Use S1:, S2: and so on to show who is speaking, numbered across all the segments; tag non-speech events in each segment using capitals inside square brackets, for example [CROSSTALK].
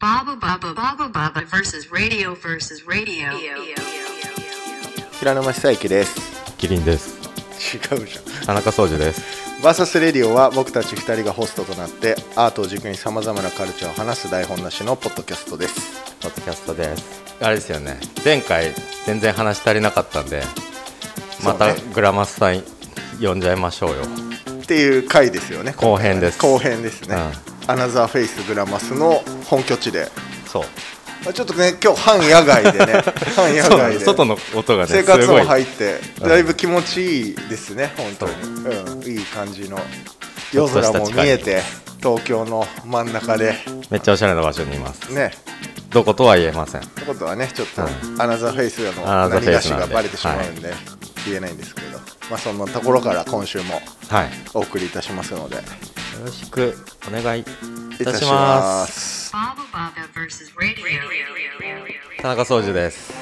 S1: Baba Baba Baba Baba versus radio versus radio.
S2: 平沼久之です
S3: キリンです。
S2: 違うじゃん
S3: 田中総司です。
S2: バーサスレディオは僕たち2人がホストとなってアートを軸にさまざまなカルチャーを話す台本なしのポッドキャストです
S3: ポッドキャストです。あれですよね。前回全然話足りなかったんで、また
S2: そうね
S3: グラマスさん呼んじゃいましょうよ。
S2: っていう回ですよね
S3: 後編です
S2: 後編ですね、アナザーフェイスグラマスの本拠地で
S3: そう。
S2: まあちょっとね今日半野外
S3: [LAUGHS]
S2: でね半野
S3: そうな
S2: 外
S3: んで
S2: です
S3: 外の音がね、
S2: 生
S3: す
S2: 活
S3: ご
S2: も
S3: い。
S2: 入って
S3: うん
S2: だいぶ気持ちいいですね本当に、うん、いい感じの夜空も見えて東京の真ん中で
S3: めっちゃおしゃれな場所にいます。
S2: ね
S3: どことは言えません。
S2: ってことはねちょっと
S3: う
S2: アナザーフェイスの
S3: アナザ
S2: 何
S3: ーフェ
S2: が
S3: イ
S2: し
S3: スなん
S2: が
S3: で
S2: バレてしまうんで言えないんですけど、まあそんなところから今週も
S3: はい。
S2: お送りいたしますので
S3: よろしくお願いい
S2: い
S3: たします。
S2: す
S1: Baba Baba versus radio.
S3: 田中総司です。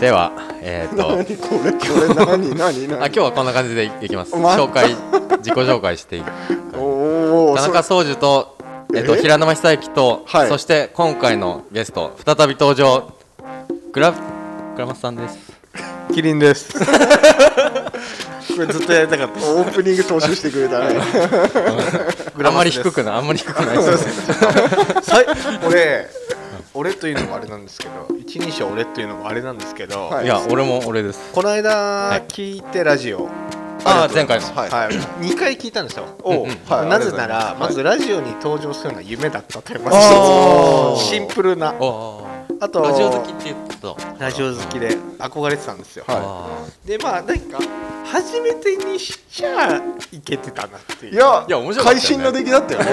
S3: では、え [LAUGHS] っ、と。
S2: 何これこれ何何何
S3: [LAUGHS] あ今日はこんな感じでいいきます。
S2: また
S3: 紹介自己紹介していく。
S2: おお
S3: 田中総司とえっと
S2: え
S3: 平沼久之と、
S2: はい
S3: そして今回のゲスト再び登場グラグラマスさんです。
S2: キリンですこれずっとやりたかったオープニング踏襲してくれたね
S3: あんまり低くないあんまり低くないですね。
S4: さい俺俺というのもあれなんですけど一人称俺というのもあれなんですけど、
S2: はい
S3: いや俺も俺です。
S4: この間
S3: い
S4: 聞いてラジオ、
S3: あ前回の
S2: はい、
S4: はい、2回聞いたんですよ、
S2: おうはい
S4: な
S2: ありがとう
S4: ぜなら、
S2: ござい
S4: ますずラジオに登場するのが夢だったというま
S2: おー
S4: ずシンプルな
S3: おお
S4: あと
S3: ラジオ好きって言ってた。
S4: ラジオ好きで憧れてたんですよ、
S2: はい
S3: あ
S4: でまあ何か初めてにしちゃいけてたなっていう
S2: いや
S3: いや面白かったよ
S2: 会
S3: ね
S2: 心の出来だったよね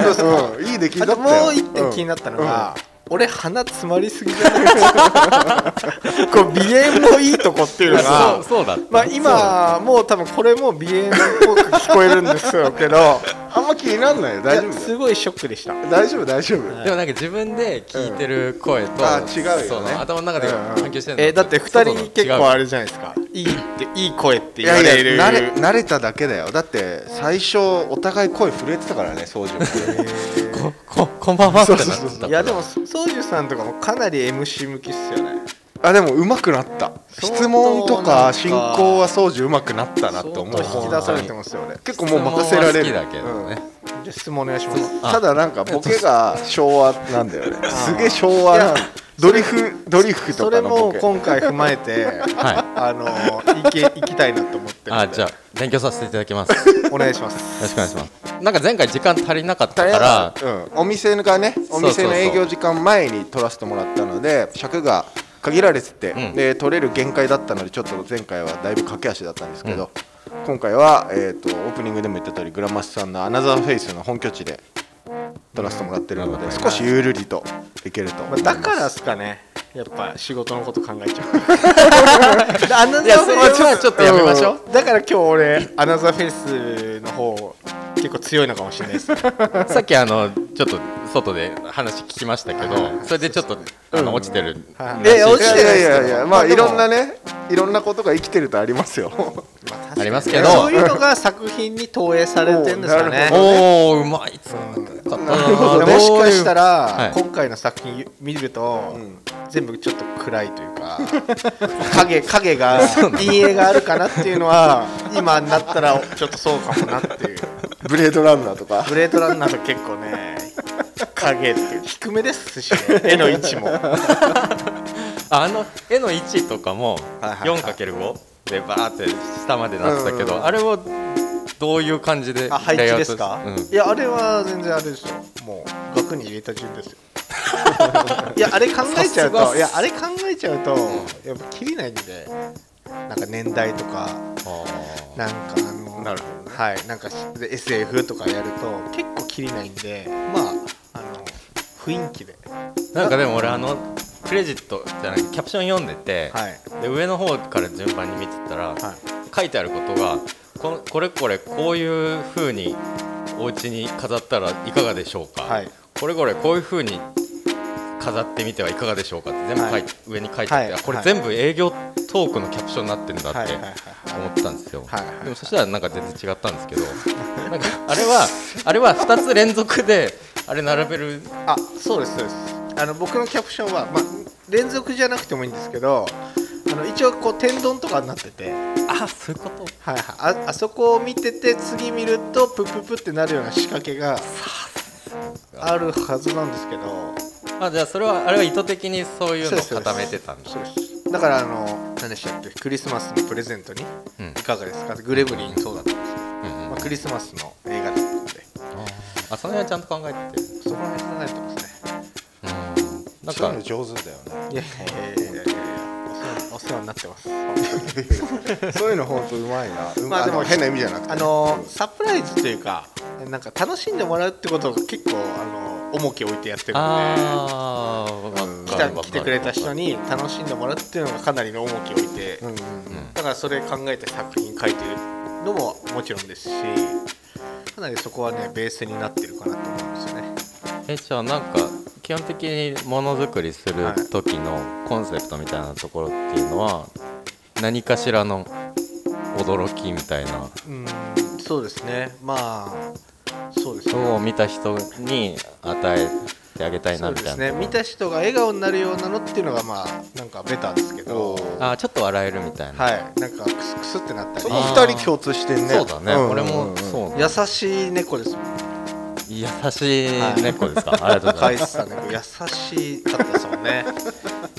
S2: うんいい出来だ
S4: あ
S2: った
S4: と
S2: よ
S4: もう一点気になったのが、俺鼻詰まりすぎじゃないですか [LAUGHS] こう鼻炎もいいとこっていうの
S3: ーそ
S4: が
S3: うそうだった。
S4: まあ今もう多分これも鼻炎っぽく聞こえるんですよけど
S2: [LAUGHS] あんま気になんないよ大丈
S4: [LAUGHS] いや
S2: 夫だ
S4: す
S2: よ
S4: ごいショックでした
S2: 大丈夫大丈夫、
S3: でもなんか自分で聞いてる声と、
S2: あ違うよね
S3: その頭の中で反響してるのと
S4: えーだって2人結構あ
S3: 違う
S4: れじゃないですかいいっていい声って
S2: い
S4: 言わ
S2: やい
S4: れ
S2: や
S4: る
S2: 慣れ慣れただけだよだって最初お互い声震えてたからね掃除も
S3: こここんばんはってなってた
S2: そうそうそう
S3: から
S4: いやでもソージュさんとかもかなり MC 向きっすよね
S2: あでも上手くなった質問とか進行は掃除上手くなったなって思う
S4: ちょっと引き出されてますよ俺
S2: 結構もう任せられる
S3: 質問は好きだけどね。
S4: じゃあ質問お願いします
S2: うんただなんかボケが昭和なんだよねすげえ昭和ない
S4: や
S2: ドリフドリフと
S4: そ
S2: か
S4: れ
S2: のボ
S4: も
S2: ケ
S4: 今回踏まえて
S3: はい。
S4: あの行け行きたいなと思ってるんで
S3: あじゃあ勉強させていただきます。よろ
S4: お願いします
S3: しくお願いします。なんか前回時間足りなかった
S2: 大変
S3: か
S2: だう
S3: ら、
S2: ん、お店がねお店の営業時間前に取らせてもらったので尺が限られてて、
S3: うん
S2: で取れる限界だったのでちょっと前回はだいぶ駆け足だったんですけど、今回は、えー、とオープニングでも言った通りグラマスさんのアナザーフェイスの本拠地で取らせてもらってるので、
S3: うん
S2: 少しゆるりといけると思い
S4: ま
S2: ま
S4: あ、
S2: す、
S4: だからっすかねやっぱ仕事のこと考えちゃう [LAUGHS] アナザー
S3: いやそ
S4: フ
S3: れ
S4: ェイス
S3: はちょっとやめましょう。
S4: だから今日俺アナザーフェイスの方結構強いのかもしれないですね
S3: さっきあのちょっと外で話聞きましたけど、それでちょっとあの落ちてる。
S4: はい
S2: え
S3: らしい
S2: 落ちてないやいやいやまあ
S4: で
S2: い
S4: も
S2: ろんなねいろんなことが生きてるとありますよ
S3: ありますけど。
S4: そういうのが作品に投影されてるんですかね
S2: お
S3: おおうまいつなかったな
S2: るほどね
S4: もしかしたら、
S3: はい
S4: 今回の作品見ると、
S2: ん
S4: 全部ちょっと暗いというか影影が陰影があるかなっていうのは今になったらちょっとそうかもなっていう
S2: ブレードランナーとか
S4: ブレードランナーと結構ね影っていう低めですし、ね、絵の位置も
S3: ああの絵の位置とかも
S2: はいはいはい
S3: 4×5 でバーって下までなってた
S2: う
S3: け
S2: ん
S3: ど、あれをどういう感じで
S4: あ配
S3: レイア
S4: 置
S3: ウトし
S4: ですか、
S3: うん
S4: いやあれは全然あれですよもう額に入れた順ですよ [LAUGHS] いやあれ考えちゃ
S3: さす
S4: う
S3: がっ
S4: と
S3: す
S4: いやあれ考えちゃうとやっぱ切りないんでなんか年代とか
S3: あ
S4: なんかあの
S2: なるほど
S4: はいなんかで SF とかやると結構切りないんでまああの雰囲気で
S3: ーなんかでも俺あのクレジットじゃないキャプション読んでて、
S4: はい
S3: で上の方から順番に見てたら、
S4: はい
S3: 書いてあることがこのこれこれこういう風にお家に飾ったらいかがでしょうか、
S4: はい
S3: これこれこういう風に飾ってみてはいかがでしょうかって全部書い、
S4: はい
S3: 上に書いてあって、
S4: はい
S3: あこれ
S4: はい
S3: 全部営業トークのキャプションになってるんだって
S4: はいはい
S3: 思
S4: はい
S3: ってたんですよ、
S4: はいはいはい
S3: でもそしたらなんか全然違ったんですけど [LAUGHS] なんかあれはあれは2つ連続であれ並べる
S4: あそうですそうですあの僕のキャプションは、まあ、連続じゃなくてもいいんですけどあの一応こう天丼とかになってて、はい
S3: あそういうこと
S4: はい、ああそこを見てて次見るとプププってなるような仕掛けがあるはずなんですけど
S3: あじゃあそれはあれは意図的にそういうのを
S4: そうです
S3: 固めてたんだ
S4: そうですだからあの何でしたっけクリスマスのプレゼントに
S3: うん
S4: いかがですかグレムリンそうだったんですよ、
S3: うんうん
S4: まあ、クリスマスの映画だったので
S3: あその辺はちゃんと考えてて
S4: そこら辺考えてますね
S3: な
S2: [LAUGHS]
S3: ん
S2: そういうの
S3: か
S2: 上手だよね
S4: いやいやいやいやいやお世話お世話になってます
S2: そういうの本当うまいな。う
S4: まあ
S2: まあ
S4: で
S2: で
S4: も
S2: も変な意味じゃなくて。
S4: あのーサプライズというかなんか楽しんでもらうってことが結構あのー重きを置いてやってるの
S3: あ
S2: うん
S3: あ
S4: で来た来てくれた人に楽しんでもらうっていうのがかなりの重きを置いて、
S2: うんうん
S4: だからそれ考えて作品書いてるのももちろんですしかなりそこはねベースになってるかなと思うんですよね
S3: えじゃあなんか基本的にものづくりする時のコンセプトみたいなところっていうのは何かしらの驚きみたいな
S4: うんそうですねまあそうですね
S3: のを見た人に与えてあげたい
S4: そ
S3: な
S4: う
S3: み
S4: で
S3: た
S4: す
S3: いな
S4: ね見た人が笑顔になるようなのっていうのがまあなんかベタですけ
S2: うん。
S4: ど
S3: あーちょっと笑えるみたいな、
S4: はいなんかクスクスってなった
S2: そ
S4: り
S2: の二人共通してんね。
S3: そうだね、
S2: ん
S3: 俺も
S2: うん。
S3: そう
S4: 優しい猫ですもん
S3: 優しい猫
S4: [LAUGHS]
S3: ですか、ありがとうござ
S4: 飼
S3: い
S4: い
S3: ます
S4: 主さん猫優しかったですもんね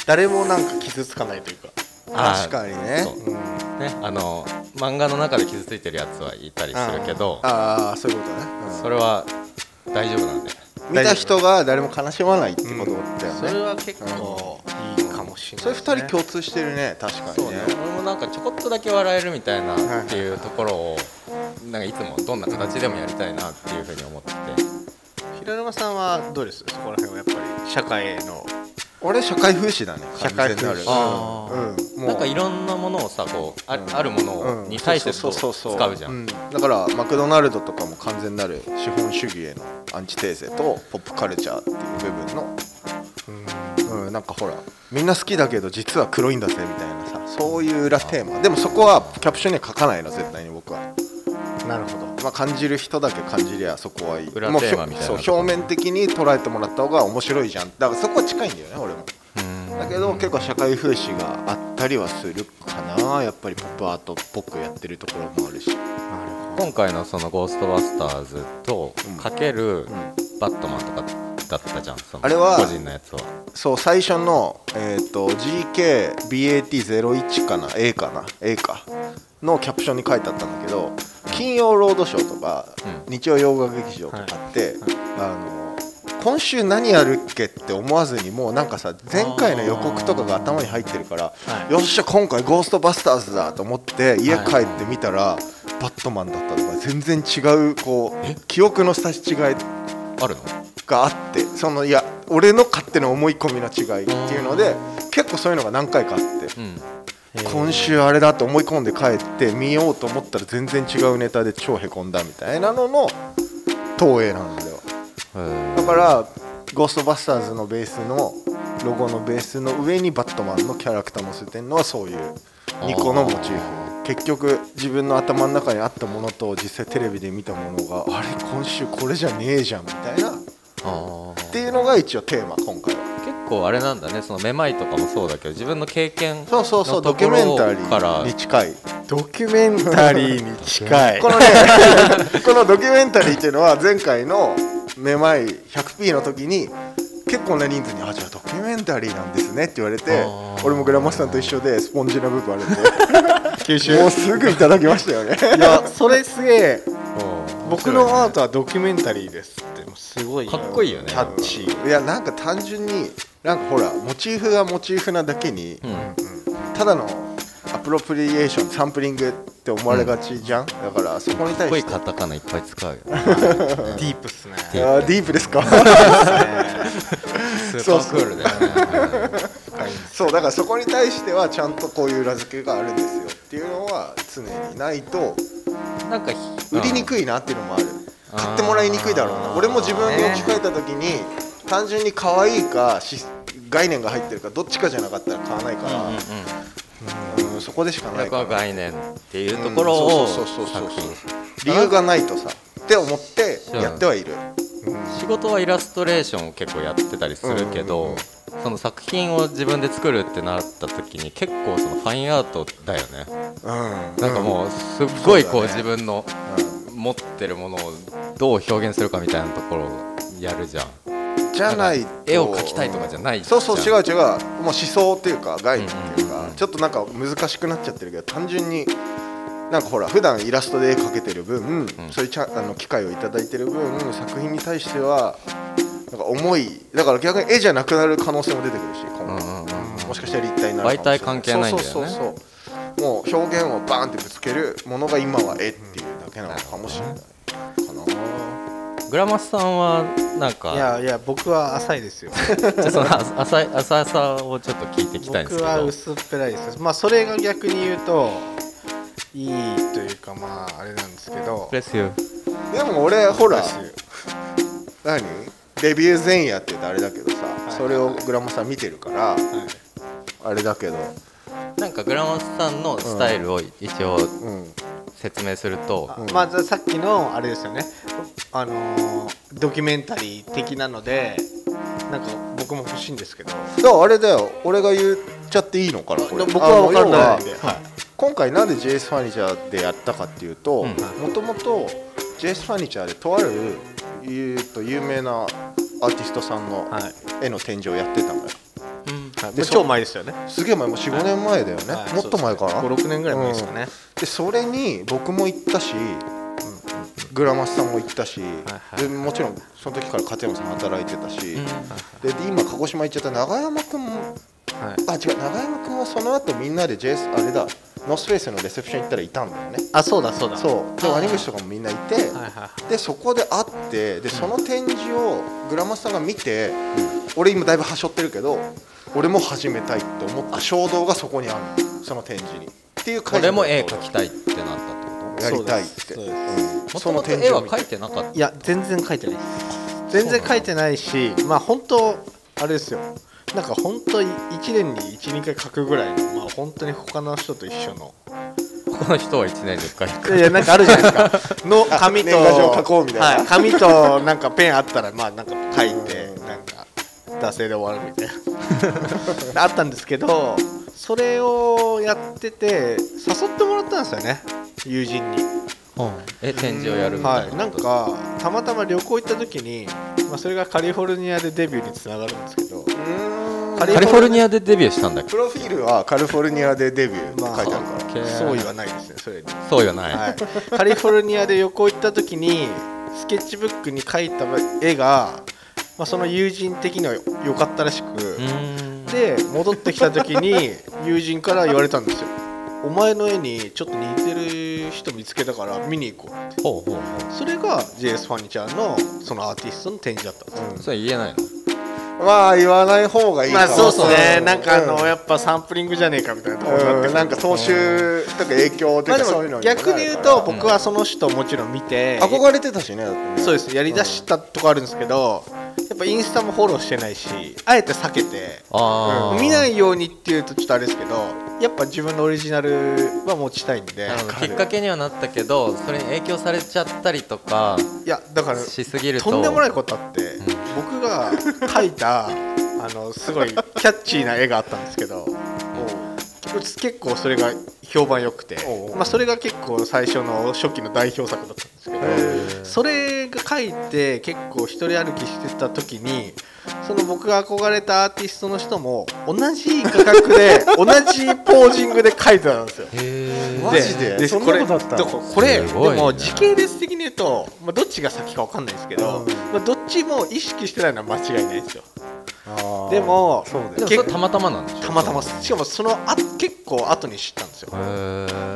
S4: 誰もなんか傷つかないというか
S2: 確かにね。
S3: そう
S4: うん
S3: ねあの漫画の中で傷ついてるやつはいたりするけど
S2: ああそういうことね。うん
S3: それは大丈夫なんで
S2: 見た人が誰も悲しまないってことだよ
S4: そ
S2: ね。
S4: れは結構いいかもしれ
S2: そ
S4: な
S2: れ二
S4: いです
S2: 人
S4: ね
S2: 共通してるね。確か
S3: そう
S2: に
S3: ね
S2: ね。
S3: 俺もなんかちょこっとだけ笑えるみたいなっていうところをなんかいつもどんな形でもやりたいなっていうふうに思ってて
S4: 平沼さんはどうですそこら辺はやっぱり社会の
S2: 俺社会風刺だね。
S4: 社会風刺
S2: 完全
S3: あ
S2: なるうん。
S3: なんか
S2: い
S3: いろんなものをさこうあ,、
S2: うん
S3: あるものに対してこう使うじゃん
S2: だからマクドナルドとかも完全なる資本主義へのアンチテーゼとポップカルチャーっていう部分のうん、なんかほらみんな好きだけど実は黒いんだぜみたいなさそういう裏テーマでもそこはキャプションには書かないの絶対に僕は、
S4: なるほど
S2: まあ、感じる人だけ感じりゃそこはいい
S3: 裏
S2: もう
S3: テーマみたいな
S2: そう
S3: ところ
S2: 表面的に捉えてもらった方が面白いじゃんだからそこは近いんだよね俺もだけど結構社会風刺があったりはするかなやっぱりポップアートっぽくやってるところもあるし
S4: なるほ
S3: 今回のその「ゴーストバスターズ」とかけるバットマンとかだったじゃんその
S2: あれは
S3: 個人のやつは
S2: そう最初の、えー、と GKBAT01 かな A かな A かのキャプションに書いてあったんだけど金曜ロードショーとか、
S3: う
S2: 日曜洋画劇場とかって、あの今週何やるっけって思わずにもうなんかさ前回の予告とかが頭に入ってるから、
S4: はい
S2: よっしゃ今回「ゴーストバスターズ」だと思って家帰ってみたら、バットマンだったとか全然違うこう記憶の差し違い
S3: あるの
S2: があってそのいや俺の勝手な思い込みの違いっていうので結構そういうのが何回かあって、
S3: うん
S2: 今週あれだと思い込んで帰って見ようと思ったら全然違うネタで超へこんだみたいなのの投影なんだよだから「ゴーストバスターズ」のベースのロゴのベースの上にバットマンのキャラクターも捨ててるのはそういう2個のモチーフ結局自分の頭の中にあったものと実際テレビで見たものがあれ今週これじゃねえじゃんみたいな
S3: あー
S2: っていうのが一応テーマ今回は
S3: 結構あれなんだねそのめまいとかもそうだけど自分の経験
S2: そうそうそう
S3: の
S2: ド
S3: と
S2: キ
S3: こ
S2: ュ
S3: ろ
S2: メンタリ
S3: から
S2: ーに近い
S4: どドキュメンタリーに近
S2: [LAUGHS]
S4: い
S2: このね [LAUGHS] このドキュメンタリーっていうのは前回のめまい 100P の時に結構な人数に「あじゃあドキュメンタリーなんですね」って言われて
S3: あー
S2: 俺もグラマスさんと一緒でスポンジの部分あるん
S4: 吸
S2: でもうすぐいただきましたよね
S4: いやそれすげえ
S3: うん
S4: 僕のアートはドキュメンタリーですってもうすごい
S3: かっこいいよね
S4: キャッチー
S2: いやなんか単純になんかほらモチーフがモチーフなだけに、
S3: うん
S2: ただのアプロプリエーションサンプリングって思われがちじゃん、だからそこに
S3: か
S2: 対
S3: っこいい
S2: して
S3: カタカナいっぱい使うよ
S4: ディープっすね
S2: あーディープですかー
S3: ス
S2: パー
S3: クールだよね
S2: そうだからそこに対してはちゃんとこういう裏付けがあるんですよっていうのは常にないと
S3: なんかひ
S2: 売りにくいなっていうのもある買ってもらいにくいだろうな俺も自分に置き換えた時に単純に可愛いかし概念が入ってるかどっちかじゃなかったら買わないから、
S3: うんうん
S2: うんそこでしか
S3: うん、な
S2: なんいか
S3: か
S2: な
S3: 概念っていうところを
S2: うんそう
S3: 作
S2: そうそうそうそう
S3: 品
S2: 理由がないとさって思ってやってはいる
S3: 仕事はイラストレーションを結構やってたりするけど、
S2: うんうんうん
S3: その作品を自分で作るってなった時に結構そのファインアートだよねなんかもうすっごいこ
S2: そう
S3: う
S2: だ
S3: 自
S2: ね
S3: 分の持ってるものをどう表現するかみたいなところをやるじゃん
S2: うんじゃない
S3: んか
S2: と
S3: 絵を描きたいとかじゃない
S2: そうそう
S3: じ
S2: 違
S3: ゃ
S2: う
S3: ん
S2: 違うもう思想っていうか概念っていう
S3: うんうん
S2: か
S3: うん
S2: ちょっとなんか難しくなっちゃってるけど単純になんかほら普段イラストで絵描けてる分、そういうちゃんあの機会をいただいてる分作品に対してはなんか重いだから逆に絵じゃなくなる可能性も出てくるし今後
S3: うんうんうん
S2: もしかしたら立体になるかもしれ
S3: 媒体関係ないんだよね
S2: そうそうそうそうもう表現をバーンってぶつけるものが今は絵っていうだけなのかもしれないかな
S3: グラマスさんはなんか
S4: いやいや僕は浅いですよ
S3: じゃあそのあ浅い浅さをちょっと聞いていきたいんです
S4: 僕
S3: け
S4: は
S3: ど
S4: 薄っぺらいですよまあそれが逆に言うといいというかまああれなんですけど
S3: レスユ
S2: でも俺ほら
S4: 私
S2: 何デビュー前夜って言ってあれだけどさ、
S4: い
S2: それをグラマさん見てるから、あれだけど、
S3: なんかグラマスさんのスタイルを一応
S2: うん、
S3: 説明すると、
S2: うん
S4: まずさっきのあれですよねあのードキュメンタリー的なのでなんか僕も欲しいんですけど
S2: だからあれだよ俺が言っちゃっていいのかなこれ
S4: 僕は分かん
S2: あ
S4: な
S2: の
S4: いん
S2: 要
S4: で、
S2: は
S4: は
S2: 今回なんで JS ファニチャーでやったかっていうと
S3: うん
S2: もともと JS ファニチャーでとあるえーと有名なアーティストさんの
S4: いはい
S2: 絵の展示をやってたのよ
S3: うん
S4: はい
S2: で
S4: 超前ですよね
S2: すげえ前もう45年前だよね、
S4: はい
S2: もっと前かな
S4: そうですね56年ぐらい前ですかね、
S2: でそれに僕も行ったし、グラマスさんも行ったし、
S4: いはい
S2: でもちろんその時から勝山さん働いてたし、
S3: うん
S2: でで今鹿児島行っちゃった永山君も
S4: はい
S2: あ違う永山君はその後みんなで JS あれだノースフェイスのレセプション行ったらいたんだよね
S4: あそうだそうだ
S2: そうで兄口とかもみんないて、
S4: はいはいはい
S2: でそこで会ってでその展示をグラマスさんが見て、俺今だいぶ端折ってるけど俺も始めたいって思った衝動がそこにあるのその展示にっていう
S3: こ
S2: 感じ
S3: れも絵描きたいってなったってこ
S2: やりたいって
S4: そうです
S2: うん
S3: と
S2: そ
S3: も
S2: の
S3: とも
S2: 展
S3: と絵
S2: 示を
S3: は
S2: 見
S3: 描いてなかった
S4: いや全然書いてないです全然書いてないしまあ本当あれですよなんか本当に1年に12回書くぐらいのまあ本当に他の人と一緒の
S3: 他の人は1年に1回
S4: いやいやなんかあるじゃないで
S2: [LAUGHS]
S4: すかの紙と
S2: 年賀状書こうみたいな
S4: は紙となんかペンあったらまあなんか書いて
S2: うん
S4: なんか惰性で終わるみたい
S2: [LAUGHS]
S4: なあったんですけどそれをやってて誘ってもらったんですよね友人に
S3: え展示をやるみた
S4: はいい、
S3: な
S4: なん
S3: こと
S4: かたまたま旅行行った時に、まあ、それがカリフォルニアでデビューにつながるんですけど
S2: うーん
S4: カ
S3: カリフォルニ
S4: ア
S3: アでデビューしたんだっけ
S2: プロフィールはカリフォルニアでデビューって書いてあるから、
S3: か
S4: そう言わないですねそれに、
S3: そうよない、
S4: はい、カリフォルニアで旅行行った時にスケッチブックに描いた絵が、まあ、その友人的には良かったらしく、
S3: うーん
S4: で戻ってきた時に友人から言われたんですよお前の絵にちょっと似てる人見つけたから見に行こうって
S3: ほうほうほ
S4: それが JS ファニチャーのそのアーティストの展示だったんですよ
S3: うそれ言えないの
S2: まあ言わない方がいい
S4: ま
S2: か
S4: あ
S2: も
S4: そうですね、なんかあの、
S2: う
S4: やっぱサンプリングじゃねえかみたいなところになってく
S2: う
S4: る
S2: ん、なんか踏襲とか影響と
S4: まあ
S2: か
S4: で
S2: そういうの
S4: も
S2: にもなるか
S4: 逆
S2: ら
S4: に言うと僕はその人をもちろん見て、
S2: 憧れてたしねだってね
S4: そうですやりだしたとこあるんですけどやっぱインスタもフォローしてないしあえて避けて
S3: ああ
S4: 見ないいようにっていうとちょっとあれですけどやっぱ自分のオリジナルは持ちたいんで
S3: きっかけにはなったけどそれに影響されちゃったりとか
S4: いやだから
S3: しすぎると
S4: とんでもないことあって、僕が描いたあのすごいキャッチーな絵があったんですけど結構それが評判良くて
S2: おうおう、
S4: まあ、それが結構最初の初期の代表作だったんですけどそれが描いて結構一人歩きしてた時にその僕が憧れたアーティストの人も同じ画角
S2: [LAUGHS]
S4: で同じポージングで描いてたんですよ。
S3: へ
S2: マジでそんなことあったの
S4: だからこれ、
S3: す
S4: で
S3: ごいな
S4: も時系列的に言うと、まあ、どっちが先かわかんないですけど、
S2: うん
S4: まあ、どっちも意識してないのは間違いないですよ
S2: あー
S4: でも
S2: そうだ
S3: で
S2: よ
S3: もそれたまたまなんでしょ
S4: たまたましかもそのあ結構後に知ったんですよ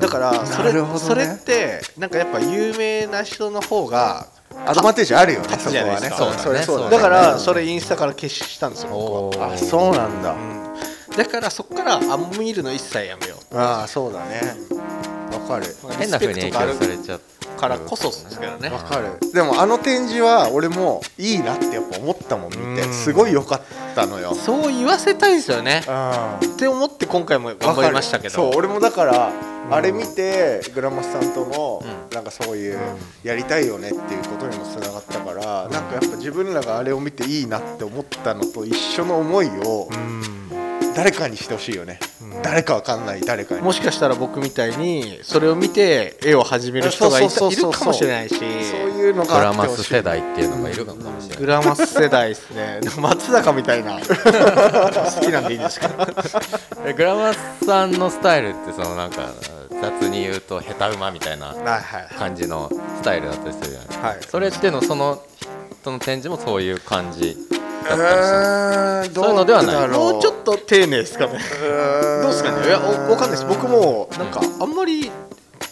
S4: だ
S3: だ
S4: からそれ,、
S2: なるほどね
S4: それってなんかやっぱ有名な人の方が
S2: アドバンテージあるよねそ
S4: 立つ
S2: こ
S4: じゃない
S2: は
S4: で
S2: ね
S4: すか
S3: そうだね
S2: そう
S3: そう
S4: だ
S2: だ
S4: か
S2: からら
S4: それインスタから消したんですよ僕は
S2: あそうなんだ
S4: うんだからそっからあ見るの一切やめよ
S2: ああそうだねわかる
S4: う
S3: 変な風に影響されちゃっ
S4: からこそですからね
S2: わかるでもあの展示は俺もいいなってやっぱ思ったもん見て
S4: うん
S2: すごい良かったったのよ。
S4: そう言わせたいんですよね
S2: うん
S4: って思って今回も頑張りましたけど
S2: そう俺もだから、あれ見てグラマスさんとの、
S4: う
S2: なんかそういう、やりたいよねっていうことにもつながったから、なんかやっぱ自分らがあれを見ていいなって思ったのと一緒の思いを
S4: うん
S2: 誰かにしてほしいよね、誰かわかんない誰かに
S4: もしかしたら僕みたいにそれを見て絵を始める人がいた
S2: そう
S4: い
S2: そ
S4: る
S2: うそうそう
S4: かもしれないし
S2: そういうの
S3: グ
S2: があ
S3: ラ
S2: ってほ
S3: マ
S2: しい
S3: ス世代っていうのがいるかもしれ
S4: グ
S3: ない
S4: ラマス世代です
S2: [LAUGHS]
S4: ね松坂みたいな好きなんでいい
S2: [LAUGHS]
S4: ですか
S3: えグラマスさんのスタイルってそのなんか雑に言うと下手馬みたいな
S4: はいはい
S3: 感じのスタイルだったりするじゃないですか
S4: はい
S3: それってのその人の展示もそういう感じだったりする
S2: うーんど
S3: そういうのではない
S2: だろ
S4: もうちょっと丁寧ですかね
S2: ど
S4: どうですかねいやおわかんないです僕もなんかあんまり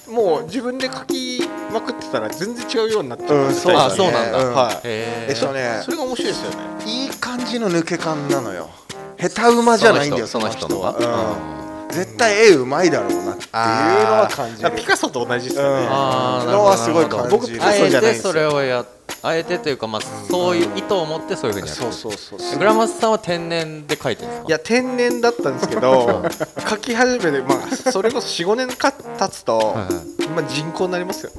S4: もう自分で書きまくってたら全然違うようになっちゃ
S2: うん
S4: う
S2: そう
S3: だね
S4: あそうなんだ、
S2: うん
S4: はい
S3: へ
S2: えっとね
S4: それが面白いですよね
S2: いい感じの抜け感なのよ下手馬じゃないんだよ
S3: その
S2: そ
S3: 人
S2: の人
S3: その人の
S2: は、
S3: うん
S2: うん絶対絵うまいだろうなっていうのは感じ
S4: あ
S2: る
S4: ーピカソと同じですよね、
S3: あー
S2: のはすごい
S3: なるほ
S2: 感
S3: ど
S2: じる
S4: 僕
S3: あ
S4: そう
S3: え
S4: じゃない
S3: て
S4: んですよ
S3: それをやあえてというか、まあ、そういう意図を持ってそういうふうにやっ
S2: そ
S3: てる
S2: うそうそう
S3: グラマスさんは天然で描いてるんですか
S4: いや天然だったんですけど書き始めて、まあ、それこそ45年か経つと、
S3: はいは
S4: まあ、人工になりますよね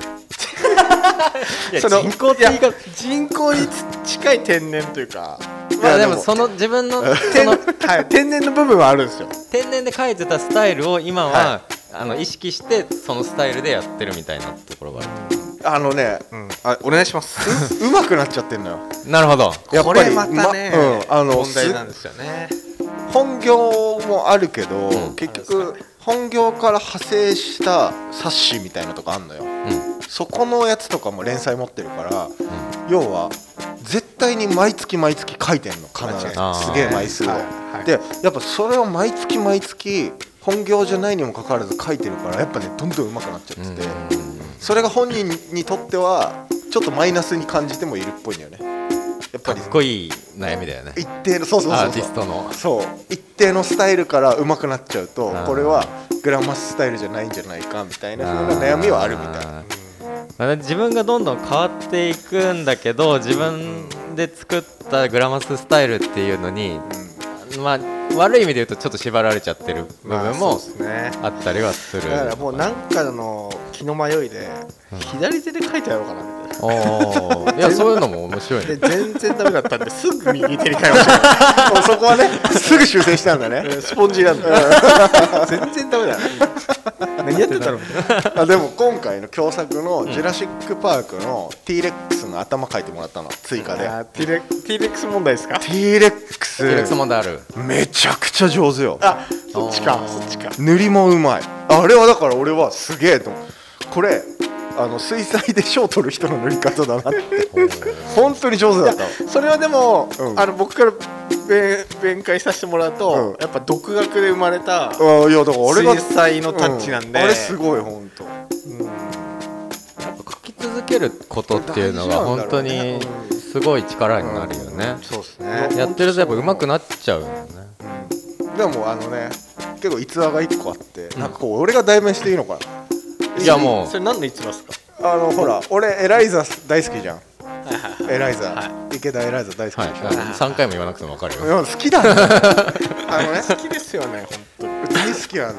S3: いや
S4: その
S3: 人工的
S4: いや人工に近い天然というか
S3: まあで
S2: いやで
S3: も
S2: も
S3: その自分のそ
S4: 天,、
S3: の
S4: はい、天然の部分はあるんですよ
S3: 天然で描いてたスタイルを今は、
S4: は
S3: あの意識してそのスタイルでやってるみたいなところがある
S2: あのね
S4: うん、あお願い
S3: [LAUGHS]
S4: します
S2: うまくなっちゃってんのよ
S3: なるほど
S2: やっぱり
S4: これまたね、
S2: まうんあの
S4: 問題なんですよね
S2: 本業もあるけど、
S3: うん
S2: 結
S4: ある
S2: 局本業から派生した冊子みたいなとこあんのよ
S3: うん
S2: そこのやつとかも連載持ってるから
S3: うん
S2: 要は絶対に毎月毎月書いてんの必ず
S3: あー
S2: すげえ枚数を、
S4: はいはい
S2: でやっぱそれを毎月毎月本業じゃないにもかかわらず書いてるからやっぱねどんどん上手くなっちゃ
S3: う
S2: っ
S3: ん
S2: てて、それが本人にとってはちょっとマイナスに感じてもいるっぽいんだよねやっぱ
S3: かっ
S2: り
S3: こいい悩みだよね
S2: 一定のそうそう
S3: ア
S2: そうそ
S3: ーティ
S2: う
S3: ストの
S2: そう一定のスタイルから上手くなっちゃうと
S3: あー
S2: これはグラマススタイルじゃないんじゃないかみたいな風な悩みはあるみたい
S3: あーまあ自分がどんどん変わっていくんだけど自分で作ったグラマススタイルっていうのに、まあ、悪い意味で言うとちょっと縛られちゃってる部分
S4: まあ
S3: も
S4: そうですね
S3: あったりはする
S4: だからもうなんかの気の迷いで、左手で書いてやろうかなみたいな
S3: おーいやそういうのも面白い
S4: で
S3: ね
S4: 全然ダメだったん [LAUGHS] ですぐ右手に変えました
S2: な、そこはねすぐ修正したんだね
S4: スポンジなんだ全然ダメだ [LAUGHS] 何やってたのみたいな
S2: あでも今回の共作の「ジュラシック・パーク」の T レックスの頭書いてもらったの追加で、
S4: あー T レ T レックス問題ですか
S2: T レック
S3: ディレク
S2: ス
S3: ト問題ある
S2: めちゃくちゃ上手よ
S4: あそっち
S3: あ
S4: か
S3: ー
S4: そっちか
S2: 塗りもうまいあれはだから俺はすげえと思うこれあの水彩で賞取る人の塗り方だなって本当に上手だったの
S4: それはでも、
S2: うん
S4: あの僕から弁弁解させてもらうと、
S2: うん
S4: やっぱ独学で生まれ
S2: あ
S4: た、
S2: いやだから俺が
S4: 水彩のタッチなんで
S2: うあれすごい本当
S3: 書き続けることっていうのが本当にすごい力になるよね、
S4: そうです
S2: うん
S3: やってるとやっぱ上手くなっちゃうよね
S2: でもあのね結構逸話が一個あって、なんかこう俺が代弁していいのか
S3: いやも
S4: それ何の逸話ですか
S2: なあのほら俺エライザ大好きじゃんエライザ、池田エライザ大
S3: う、
S2: 好
S3: は
S2: き
S3: い、
S2: でしょ、
S3: 3回も言わなくても分かるよ
S2: でも好きだね [LAUGHS] あのね
S4: 好きですよね本当に
S2: 大好きなの、
S4: は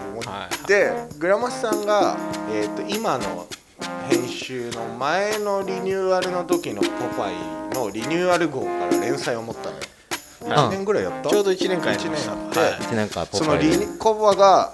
S4: い
S2: でグラマスさんが、えー、と今の編集の前のリニューアルの時の「ポパイ」のリニューアル号から連載を持ったのよ1年ぐらいやった
S4: ちょうど1年間やり
S2: 1
S4: まし
S2: 年
S4: た
S2: やって、
S4: はい
S3: 1年間ポ
S2: その
S3: パイ
S2: リ
S3: で
S2: ニコバが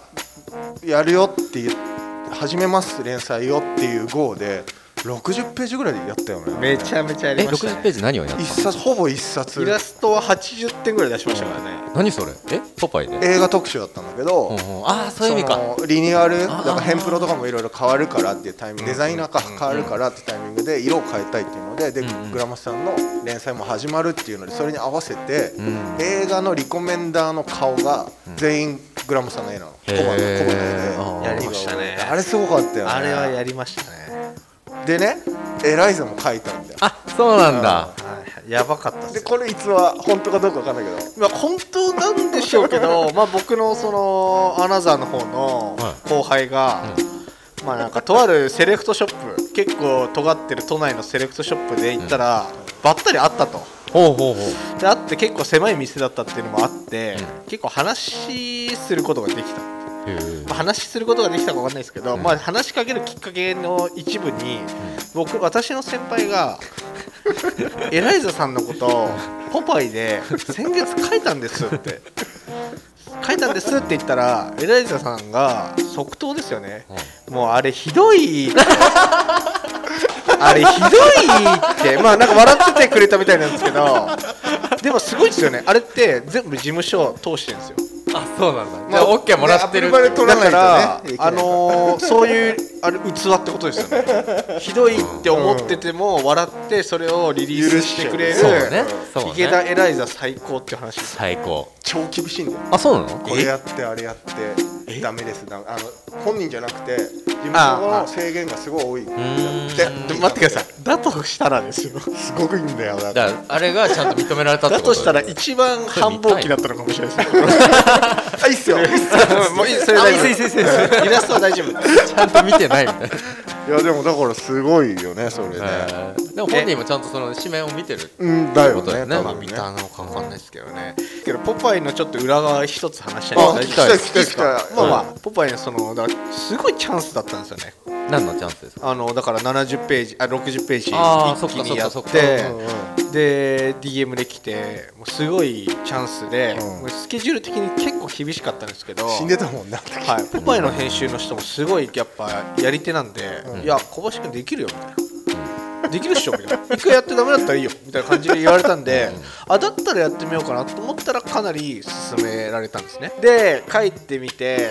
S2: やるよって言って始めます連載よっていう号で60ページぐらいでやったよね
S4: めちゃめちゃや
S3: え
S4: りました、ね、
S3: 60ページ何をやった
S2: 一
S3: の
S2: 冊ほぼ一冊
S4: イラストは80点ぐらい出しましたからね、
S3: 何それえポパイで
S2: 映画特集だったんだけど、
S3: うんうんああそういう意味か
S2: そのリニューアルだ
S3: ー
S2: から編プロとかもいろいろ変わるからっていうタイミングデザイナーか変わるからってタイミングで色を変えたいっていうのでで
S3: んうん
S2: グラマスさんの連載も始まるっていうのでそれに合わせて
S3: ん
S2: 映画のリコメンダーの顔が全員グラマスさんの絵なのコバ
S3: へー
S2: のコバの絵
S3: あー
S2: で
S4: やりましたね
S2: あれすごかったよね
S4: あれはやりましたね、
S2: でねエライザも描いたんだよ
S3: あそうなんだ
S4: はい、やばかったっ
S2: ですこれいつは本当かどうかわかんないけど
S4: まあ、本当なんでしょうけどまあ僕のそのアナザーの方の
S3: はい
S4: 後輩が、まあなんかとあるセレクトショップ結構尖ってる都内のセレクトショップで行ったら、ばったり会ったと
S3: ほうほうほう
S4: であって結構狭い店だったっていうのもあって、
S3: う
S4: 結構話することができた、ま
S3: へえ
S4: あ、話することができたか分かんないですけど、
S3: うん
S4: まあ、話しかけるきっかけの一部に、僕私の先輩がエライザさんのことを「ポパイ」で先月書いたんですって書いたんですって言ったらエライザさんが即答ですよねもうあれひどいってあれひどいってまあなんか笑っててくれたみたいなんですけどでもすごいですよねあれって全部事務所通してるんですよ
S3: あそうなんだ、じゃあ OK もらってる
S2: ねアップルバレ取ら
S4: だ
S2: ないとねい
S4: から、
S2: けないから
S4: あのーそういうあれ器ってことですよねひどいって思ってても笑ってそれをリリースしてくれる
S3: そうねそうね
S4: 池田エライザ最高っていう話です
S3: 最高
S2: 超厳しいんだよ
S3: あそうなの
S2: これやってあれやってダメですだあの本人じゃなくて事務所
S4: ああ
S2: の制限がすごい多い
S3: ーん
S2: で
S4: で待ってくださいだとしたらですよ
S2: すごくいいんだよだって
S3: だからあれがちゃんと認められたって
S4: [LAUGHS] だ
S3: こと
S4: としたら一番繁忙期だったのかもしれないですね
S2: あいいっすよいいっすよ
S4: もういいそれ大丈夫
S3: あいいっすいいっすいいっす
S4: イラストは大丈夫
S3: ちゃんと見てないみたいな、
S2: いやでもだからすごいよねそれね、
S3: えーでも本人もちゃんとその紙面を見てる
S2: うんだよ
S3: そうだ
S2: ね
S3: よね
S2: 多
S4: まあ
S2: 分
S4: 見
S2: ね
S4: たのかわかんないですけどね。けどポパイのちょっと裏側一つ話したい
S2: あ
S4: んで
S2: 聞き
S4: 大丈
S2: た
S4: 夫で
S2: い
S4: す
S2: 聞きたい聞きたい
S4: まあまあ、ポパイのそのだからすごいチャンスだったんですよね。
S3: 何のチャンスですか
S4: あのだから70ページあ60ページ
S3: あー
S4: 一気にやっ
S3: そっかそっか
S4: て
S3: そ
S2: うんうん
S4: で DM で来てもうすごいチャンスで、
S2: うん
S4: もうスケジュール的に結構厳しかったんですけど。
S2: 死んでたもんな
S4: はい、ポパイの編集の人もすごいやっぱやり手なんで、いや小林君できるよみたいな、できるっしょみたいな一回やってダメだったらいいよみたいな感じで言われたんで、あだったらやってみようかなと思ったらかなり勧められたんですねで帰ってみて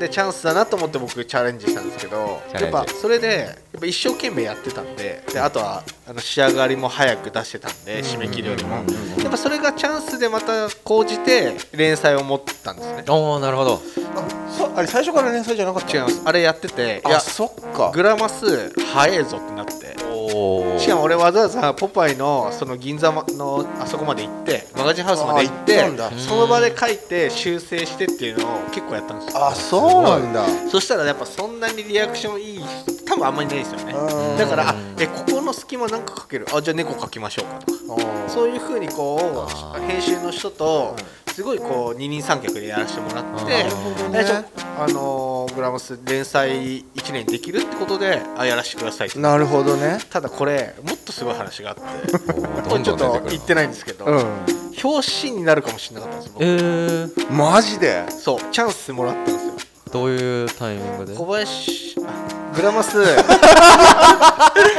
S4: でチャンスだなと思って僕チャレンジしたんですけど
S3: チャレンジ
S4: やっぱそれでやっぱ一生懸命やってたんでであとはあの仕上がりも早く出してたんで締め切りよりもやっぱそれがチャンスでまた講じて連載を持ったんですね
S3: おおなるほど
S2: そあれ最初から連載じゃなかった
S4: 違いますあれやっててい
S2: い
S4: や
S2: やそっか
S4: グラマス早えぞってなって
S3: おお
S4: しかも俺わざわざポパイのその銀座のあそこまで行ってマガジンハウスまで行っ
S2: あ
S4: て
S2: 行ったんだ
S4: その場で書いて修正してっていうのを結構やったんですよ
S2: あそうなんだ
S4: そしたらやっぱそんなにリアクションいい人多分あんまりいないですよね
S2: うん
S4: だからあえここの隙間なんか書けるあじゃあ猫書きましょうかとか
S2: そ
S4: そういうふうにこ
S3: あ
S4: う
S3: ー
S4: 編集の人とすごいこう二人三脚でやらせてもらって
S3: あーなるほ
S2: どね
S4: でちょあのーグラムス連載1年できるってことであやらせてくださいって
S2: うなるほどね
S4: ただこれもっとすごい話があって
S3: [LAUGHS] おー
S4: こ
S3: ど
S4: れ
S3: んど
S4: ちょ
S3: ん出て
S4: っと
S3: くる
S4: 言
S3: な
S4: ってないんですけど、
S2: うん
S4: 表紙になるかもしれなかったんです
S3: えー、
S4: 僕
S2: マジで
S4: そうチャンスもらったんですよ
S3: どういうタイミングで
S4: 小林あグラマス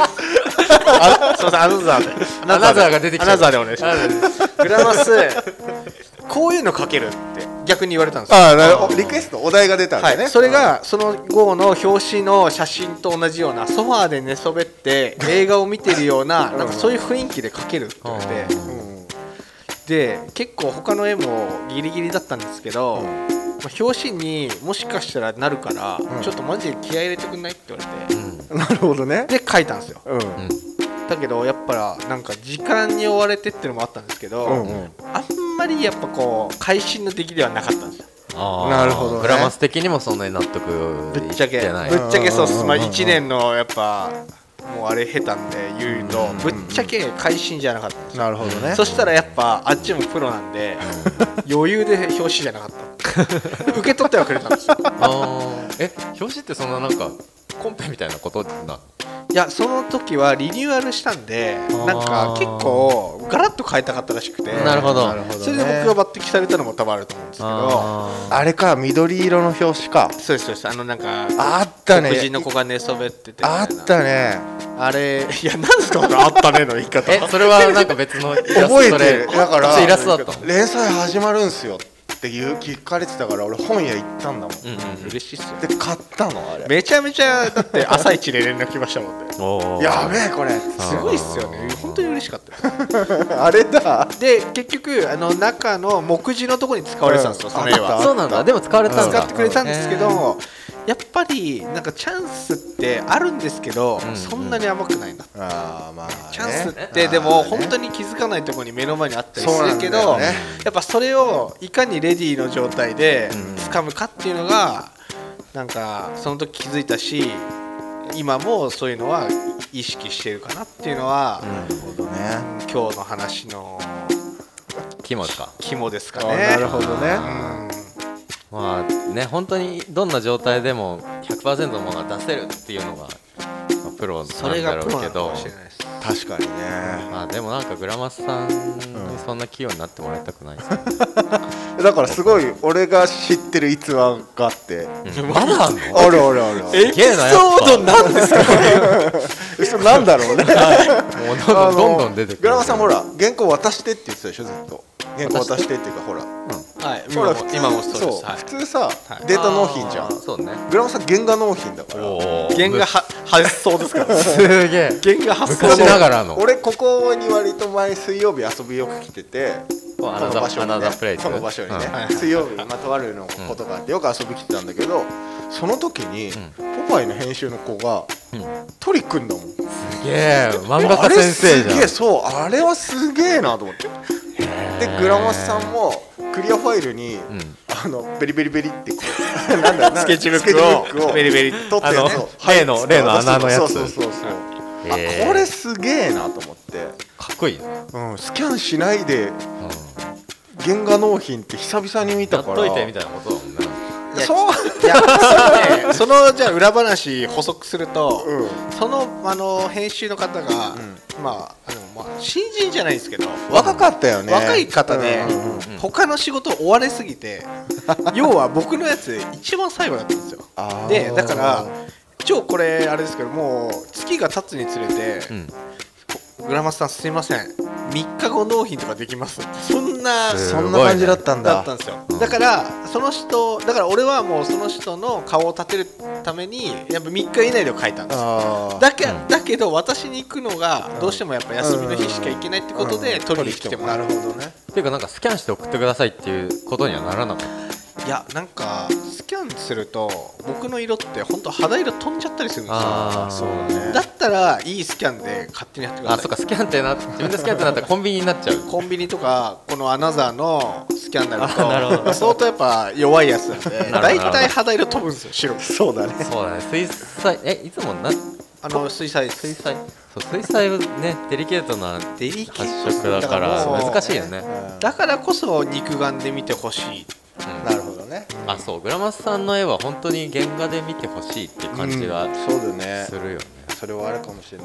S4: あすいませんアナザーで
S3: アナザーが出てき
S4: ア
S3: た
S4: ナザーでお願いしますグラマスこういうの書けるって逆に言われたんですよ
S2: [LAUGHS] あなるほどリクエストお題が出たん
S4: は
S2: だ
S4: い、
S2: ね
S4: それがその号の表紙の写真と同じようなソファーで寝そ
S3: [LAUGHS]
S4: べって映画を見てるようななんかそういう雰囲気で描けるって言われて
S2: う
S3: うん
S2: ん
S4: で結構他の絵もギリギリだったんですけど、まあ表紙にもしかしたらなるから、
S2: うん
S4: ちょっとマジで気合い入れてくんないって言われ
S2: なるほどね
S4: てで描いたんですよ
S2: うん
S3: うん
S4: だけどやっぱなんか時間に追われてっていうのもあったんですけど、
S2: うんうん
S4: あんまりやっぱこう会心の出来ではなかったんですよ
S3: あー
S2: なるほどね
S3: グラマス的にもそんなに納得
S4: ぶっちゃけ
S3: いっ
S4: ぶ
S3: てない
S4: っちゃけそうっ
S2: うんうんう
S4: す、
S2: ん
S4: まあ、1年のやっぱもうあれ下手んで言うとぶっちゃけ会心じゃなかったんですよ
S2: なるほどね
S4: そしたらやっぱあっちもプロなん [LAUGHS] で余裕で表紙じゃなかった受け取ってはくれたんですよ
S3: あーえ表紙ってそんななんかコンペみたいなことなの
S4: いやその時はリニューアルしたんで
S3: ー
S4: なんか結構ガラッと変えたかったらしくて
S3: なるほど
S2: なるほどね
S4: それで僕が抜擢されたのも多分あると思うんですけど
S3: あ
S2: あれか緑色の表紙か
S4: そうですそうですあのなんか
S2: あったね
S4: 黒人の子が寝そべっててみ
S2: あ
S4: いな
S2: ったね
S4: あれいや何ですかこのあったねの言い方
S3: ーえそれはなんか別のイラスト
S2: 覚え
S3: そ
S2: て
S3: れ
S2: るだか
S3: 普
S2: ら
S3: 通イラストだったの
S2: 連載始まるんすよっていう聞かれてたから俺本屋行ったんだもん
S3: うんうん
S4: 嬉しいっすよ
S2: で買ったのあれ
S4: めちゃめちゃだって朝一で連絡来ましたもんね
S3: おー
S2: やべえこれ
S4: すごいっすよね本当に嬉しかったです
S2: [LAUGHS] あれだ
S4: で結局あの中の目次のところに使われてたんですよ、
S2: うん
S4: その絵は
S2: あ
S3: そうなんだでも使われたんだ
S4: 使ってくれたんですけど、やっぱりなんかチャンスってあるんですけど、
S3: うん
S4: そんなに甘くないな、
S2: ああまあ、ね、
S4: チャンスってでも本当
S2: に
S4: に気づかないところに目の前にあったり
S2: そう
S4: す
S2: なん
S4: る
S2: だ
S4: け
S2: よ
S4: ど、
S2: ね
S4: やっぱそれをいかにレディーの状態で
S3: うん
S4: 掴むかっていうのがなんかその時気づいたし今もそういうのは意識してるかなっていうのは、
S2: なるほどね
S4: 今日の話の
S3: 肝か
S4: 肝ですか
S2: あ
S4: ね。
S2: なるほどね
S3: まあね本当にどんな状態でも100%のものが出せるっていうのが、まあプロなん
S4: それ
S3: だ
S4: が
S3: ろ
S4: プロ
S3: う
S4: な
S3: け
S4: のか
S3: ど
S4: もしれないです。
S2: 確かにね
S3: まあでもなんかグラマスさんにそんな器用になってもらいたくない
S2: [LAUGHS]
S3: ですね、
S2: だからすごい俺が知ってる逸話があって
S3: うんまだあんの
S2: あるあるある
S3: すげえなやっぱ
S4: なんですか。
S2: えそれなんだ
S3: [LAUGHS]
S2: ろうね
S3: もうどん
S2: あの
S3: どんどんどん出てくる
S2: グラマさんほら原稿渡してって言ってたでしょずっと原稿渡してっていうかほら
S4: はい。
S2: ほ
S4: 今
S2: ら
S4: も
S2: 普通
S4: 今もそうです。はい
S2: 普通さデータ納品じゃ
S3: あー
S2: ん
S3: そうね
S2: グラマさん原画納品だから
S4: 原画は発想 [LAUGHS] ですから。
S3: すげえ
S4: 原画発想
S3: 昔ながらの
S2: 俺ここに割と毎水曜日遊びよく来てて
S3: こ
S2: この場所に
S3: アナザー
S2: ね
S3: プレイス
S2: この場所にね
S3: うん
S2: 水曜日まあとあるのことがあってよく遊び来てたんだけどその時に「ポパイ」の編集の子が
S3: うん
S2: トリックんだもん
S3: すげえ漫画
S2: あれ
S3: 家先生
S2: す
S3: じゃん
S2: げえそうあれはすげえなと思ってでグラマスさんもクリアファイルに
S3: ん
S2: あのベリベリベリってこうなんだ
S4: スケッチブックをベリベリ。
S2: 取って
S3: あの
S2: そう
S3: 例の例の穴のやつ
S2: そうそうそうそうあ
S3: へー
S2: これすげえなと思って
S3: かっこいいね
S2: うんスキャンしないで
S3: うん
S2: 原画納品って久々に見
S3: や
S2: た
S3: っ
S2: から
S3: といてみたいなことだもんね
S2: そう
S4: いやそれねそのじゃあ裏話補足すると、
S2: うん
S4: そのあの編集の方が、
S2: う
S4: まああの、まあ、新人じゃないですけど、
S2: 若かったよね
S4: 若い方で、
S2: うんうんうん
S3: ん
S4: 他の仕事を追われす
S2: [LAUGHS]
S4: ぎて要は僕のやつ一番最後だったんですよ
S2: あー
S4: でだから超これあれですけどもう月が経つにつれて、
S3: うん
S4: グラマスさんすいません3日後納品とかできますそんな
S3: す
S2: そんな感じだったん
S4: だっ
S2: だ
S4: たんですよだからその人だから俺はもうその人の顔を立てるためにやっぱ3日以内で書いたんですよ
S2: あー
S4: だけだけど私に行くのがどうしてもやっぱ休みの日しか行けないってこと
S2: う
S4: で
S2: ん
S4: 取りに来てもら
S2: な
S4: う
S2: るほどね
S3: っていうかなんかスキャンして送ってくださいっていうことにはならなかっ
S4: いやなんかスキャンすると僕の色って本当肌色飛んじゃったりするんですよ
S3: あーそう
S2: だね
S4: だったらいいスキャンで勝手にやってく
S3: た
S4: だ
S3: あ
S4: さ
S3: そっか
S4: い
S3: スキャンってな自分でスキャンってなったらコンビニになっちゃう
S4: コンビニとかこのアナザーのスキャンになる
S3: あなるほ
S4: と
S3: ど
S4: 相当やっぱ弱いやつなんで
S3: なるほど
S4: 大体肌色飛ぶんですよ白く
S2: そうだね
S3: そうだね水彩えいつもな
S4: あの水彩です
S3: 水彩そう水彩はねデリケートな
S4: デリケート
S3: 発色だから
S4: もう
S3: 難しいよね、
S4: だからこそ肉眼で見てほしい
S3: うん
S2: なるほどね
S3: あそうグラマスさんの絵は本当に原画で見てほしいっていう感じが
S2: うんそうだね
S3: するよね、
S2: それはあるかもしれな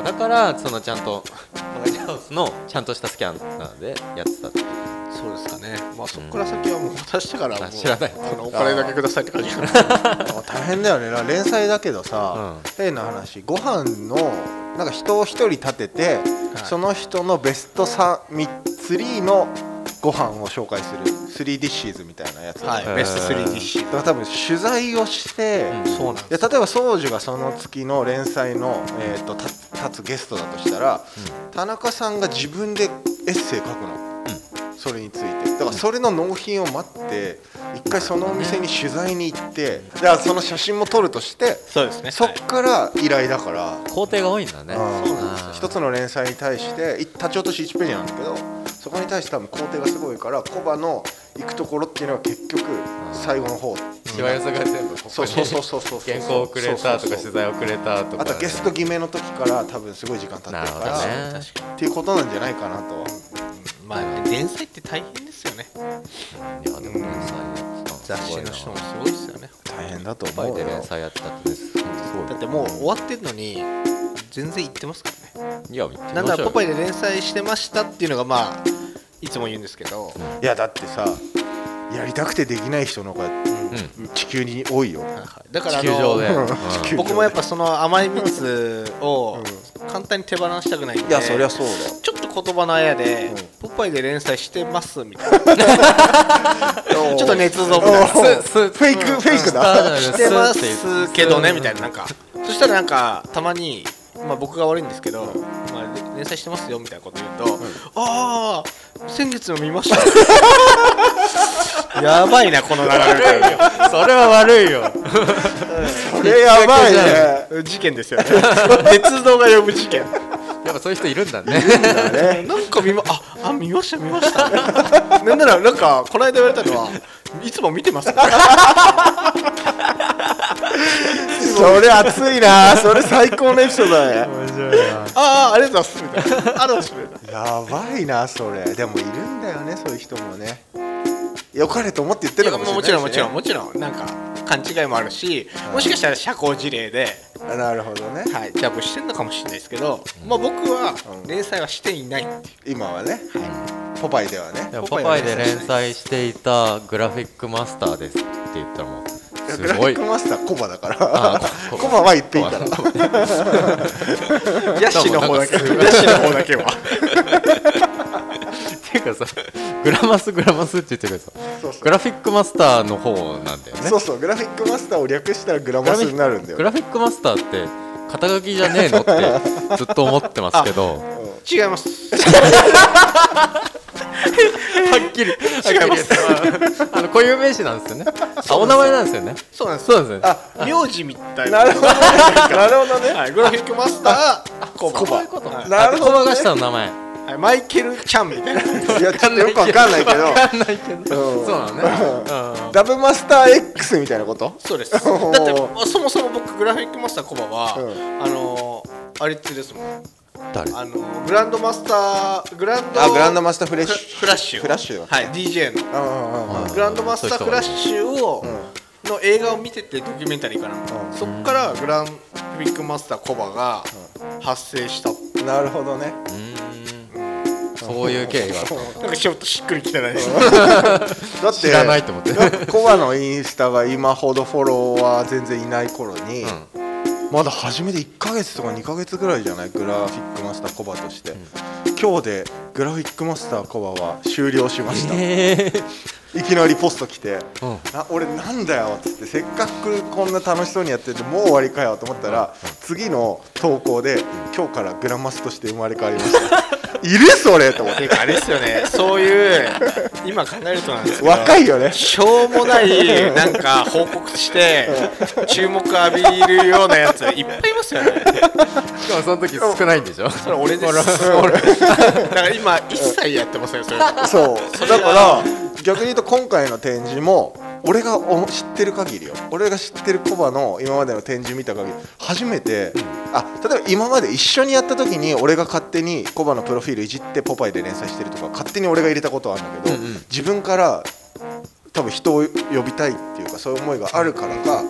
S2: い
S3: だからそのちゃんとマガジハウスのちゃんとしたスキャンなのでやってたっていう
S4: そうですかねまあそこから先はもう渡してからもう
S3: あ知らない
S4: あのお金だけくださいって感じなん
S3: [LAUGHS]
S4: ですけど
S2: あ大変だよねな連載だけどさ、
S3: う
S2: 変な話ご飯のなんか人を一人立てて、その人のベスト 3, 3のご飯を紹介する 3DCs みたいなやつ、だ
S4: は
S3: え
S4: い
S3: ー
S4: ベスト 3DC
S2: から多分取材をして、
S3: うん
S2: い
S4: そうなんで
S2: や
S4: す
S2: 例えば宗樹がその月の連載の、えー、と立つ立つゲストだとしたら、田中さんが自分でエッセイ書くの、それについてだからそれの納品を待って一回そのお店に取材に行ってだからその写真も撮るとして
S4: そうですね
S2: そっから依頼だから、
S3: 工程が多いんだね
S2: うん
S3: あー
S2: 一つの連載に対してい立ち落とし1ページなんだけどそこに対して多分工程がすごいからコバの行くところっていうのは結局最後の方
S3: しわ寄せが全部ここに
S2: そうそうそうそうそうそう
S3: 原稿をくれたとか取材をくれたとか
S2: あとはゲスト決めの時から多分すごい時間経ってる
S3: なるほ
S2: か
S3: ど
S2: ら、
S3: ね
S4: 確か
S2: っていうことなんじゃないかなと
S4: にまあ連載って大変ですよね
S3: いやでも連載やってた
S4: 雑誌の人もすごいですよね
S2: 大変だと
S3: バ
S2: 思
S3: イ
S2: う
S3: で
S2: よ
S3: 連載やってたってねすごい
S4: だってもう終わってんのに全然行ってますからね
S3: いや言ってみましょうよ
S4: なんならポパイで連載してましたっていうのがまあいつも言うんですけど
S2: いやだってさやりたくてできない人の方が
S3: う
S2: 地球に多いよ、
S4: だからあ
S3: 地球上で、
S4: の
S3: うん
S2: 地球
S4: 僕もやっぱその甘い蜜を簡単に手放したくないんで
S2: いやそりゃそう
S4: ちょっと言葉のあやで
S2: うん
S4: 「ポパイで連載してます」みたいな
S2: だちょ
S4: ちょっと捏造みたいな
S2: フェイクフェイクだ
S4: 「してますけどね」みたいななんかそしたらなんかたまにまあ僕が悪いんですけど「まあ連載してますよ」みたいなこと言うと「ああ先月の見ました」 [LAUGHS] やばいなこの流れ
S3: それは悪いよ
S2: それやばいね
S4: 事件ですよね鉄道が呼ぶ事件
S3: やっぱそういう人いるんだね
S2: だね
S4: なんか見まああ見ました見ましたなんなら [LAUGHS] なんかこの間言われたのはいつも見てます
S2: それ熱いなそれ最高のエピソードだね
S3: 面白いな
S4: ああありがとうございますみたいなあるしみたいな
S2: やばいなそれでもいるんだよねそういう人もねよかれと思って言ってるのかもしれない
S4: も
S2: し
S4: ち
S2: ね、
S4: ろんもちろんもちろんなんか勘違いもあるしもしかしたら社交辞令で、
S2: あなるほどね
S4: はい、ジャブしてるのかもしれないですけど、まあ、僕は
S2: うん
S4: 連載はしてい
S2: [LAUGHS]
S4: ないっていう
S2: 今はね、ポパイではね
S3: でも
S4: ポ
S3: ポ
S4: パ
S3: パ
S4: イ
S3: イ
S4: で
S3: で連載していたグラフィックマスターですって言ったらもうす
S2: グラフ
S3: ご
S2: ィッ
S3: い
S2: クマスターコバだから
S3: あ
S2: コ
S3: コ
S2: バ
S3: バ
S2: は言っていいから
S4: ヤシの方だけ
S3: 多分
S4: ヤシの方だけは
S3: っていうかさグラマスグラマスって言ってるけどさ
S2: そうそう
S3: グラフィックマスターの方なんだよね
S2: そうそうグラフィックマスターを略したらグラマスになるんだよ
S3: グラフィックマスターって肩書きじゃねえのってずっと思ってますけどは
S4: 違います
S3: っきり
S4: 違います
S3: ああの固有名詞なんですよねあお名前なんですよね
S4: そうなんです
S3: そうなんですよね
S4: 名字みたい
S2: な
S4: な
S2: るほどねなるほどね、
S4: はい、グラフィックマスターコバ
S3: そういうこと
S4: はい
S2: なるほど
S3: 小
S2: ね
S3: がしたの名前
S4: はいマイケル・ちゃんみたいな
S2: いやちょっとよくわかんないけど
S3: わかんないけど、
S2: うん
S3: そうなのね、うん
S2: ダブマスター X みたいなこと
S4: そうですだってまあそもそも僕グラフィックマスターコバは、
S2: うん
S4: あのー、あれっちですもん
S3: 誰
S4: あのーグランドマスターグランド
S2: あグランドマスターフレッ
S4: フラ
S2: シュ
S4: フラッシュ
S2: フラッシュだっけ
S4: はい DJ の
S2: うんうんうんうん
S3: ん
S4: グランドマスターフラッシュを
S2: うん
S4: の映画を見ててドキュメンタリーかなんか、
S2: うん
S4: そっからグランフィックマスターコバが発生した、
S2: なるほどね
S3: うーんそういう経緯があったの
S4: なんかちょっとしっくりきてないです
S2: だって
S3: 知らないと思って
S2: コバのインスタが今ほどフォロワー全然いない頃に、まだ初めて1ヶ月とか2ヶ月ぐらいじゃないグラフィックマスターコバとして、今日でグラフィックマスターコバは終了しました、
S3: えー
S2: いきなりポスト来て、
S3: うん
S2: な俺なんだよっつってせっかくこんな楽しそうにやっててもう終わりかよと思ったら、次の投稿で今日からグラマスとして生まれ変わりましたいるそれと思って
S4: てかあれですよねそういう今考えるとなんですけど
S2: 若いよね
S4: しょうもないなんか報告して注目浴びるようなやついっぱいいますよね
S3: しかもその時少ないんでしょ
S4: それ俺です
S2: 俺
S4: だから今一切やってませんよそれ
S2: そうだから逆に言うと今回の展示も俺がお知ってる限りよ俺が知ってるコバの今までの展示見た限り初めてあ例えば今まで一緒にやった時に俺が勝手にコバのプロフィールいじって「ポパイ」で連載してるとか勝手に俺が入れたことはあるんだけど、
S3: うんうん
S2: 自分から多分人を呼びたいっていうかそういう思いがあるからか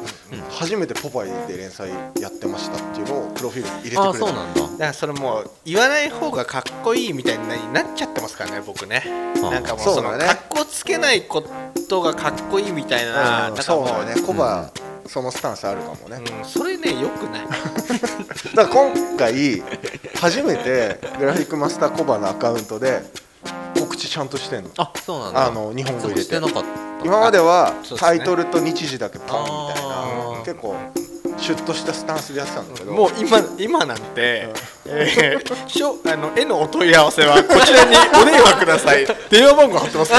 S2: 初めて「ポパイ」で連載やってましたっていうのをプロフィールに入れてくれた
S3: あそうなんだ
S4: だからそれもう言わない方がかっこいいみたいになっちゃってますからね僕ね
S3: ああ
S4: なんかもうその
S2: そうだね
S4: かっこつけないことがかっこいいみたいな
S2: う
S4: なんんか
S2: そ
S4: も
S2: うだよねコバ、そのスタンスあるかもね、
S4: うんそれねよくない
S2: だから今回初めてグラフィックマスターコバのアカウントで告知ちゃんとしてんの
S3: あそうなんだ
S2: あの日本語入れ
S3: して
S2: て
S3: なかった
S2: 今までは
S4: そうですね
S2: タイトルと日時だけパンみたい
S3: あ
S2: な
S3: ー
S2: 結構シュッとしたスタンスでやってたんだけど
S4: もう今今なんて、えーしょあの絵のお問い合わせはこちらにお電話ください
S2: [LAUGHS]
S4: 電話番号貼ってますか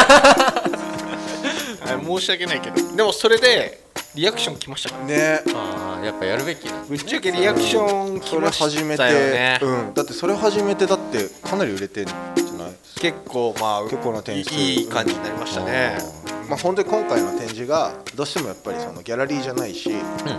S4: らはい申し訳ないけどでもそれでリアクション来ましたからね
S2: ね
S3: ああやっぱやるべきな
S4: ぶっちゃけリアクション来
S2: それ
S4: ました
S2: 初め
S4: よ
S2: て
S4: ね、
S2: うんだってそれ初めてだってかなり売れてるんじゃない
S4: 結構まあ
S2: 結構な点数
S4: いいい感じになりましたね
S2: まあ、本当に今回の展示がどうしてもやっぱりそのギャラリーじゃないし、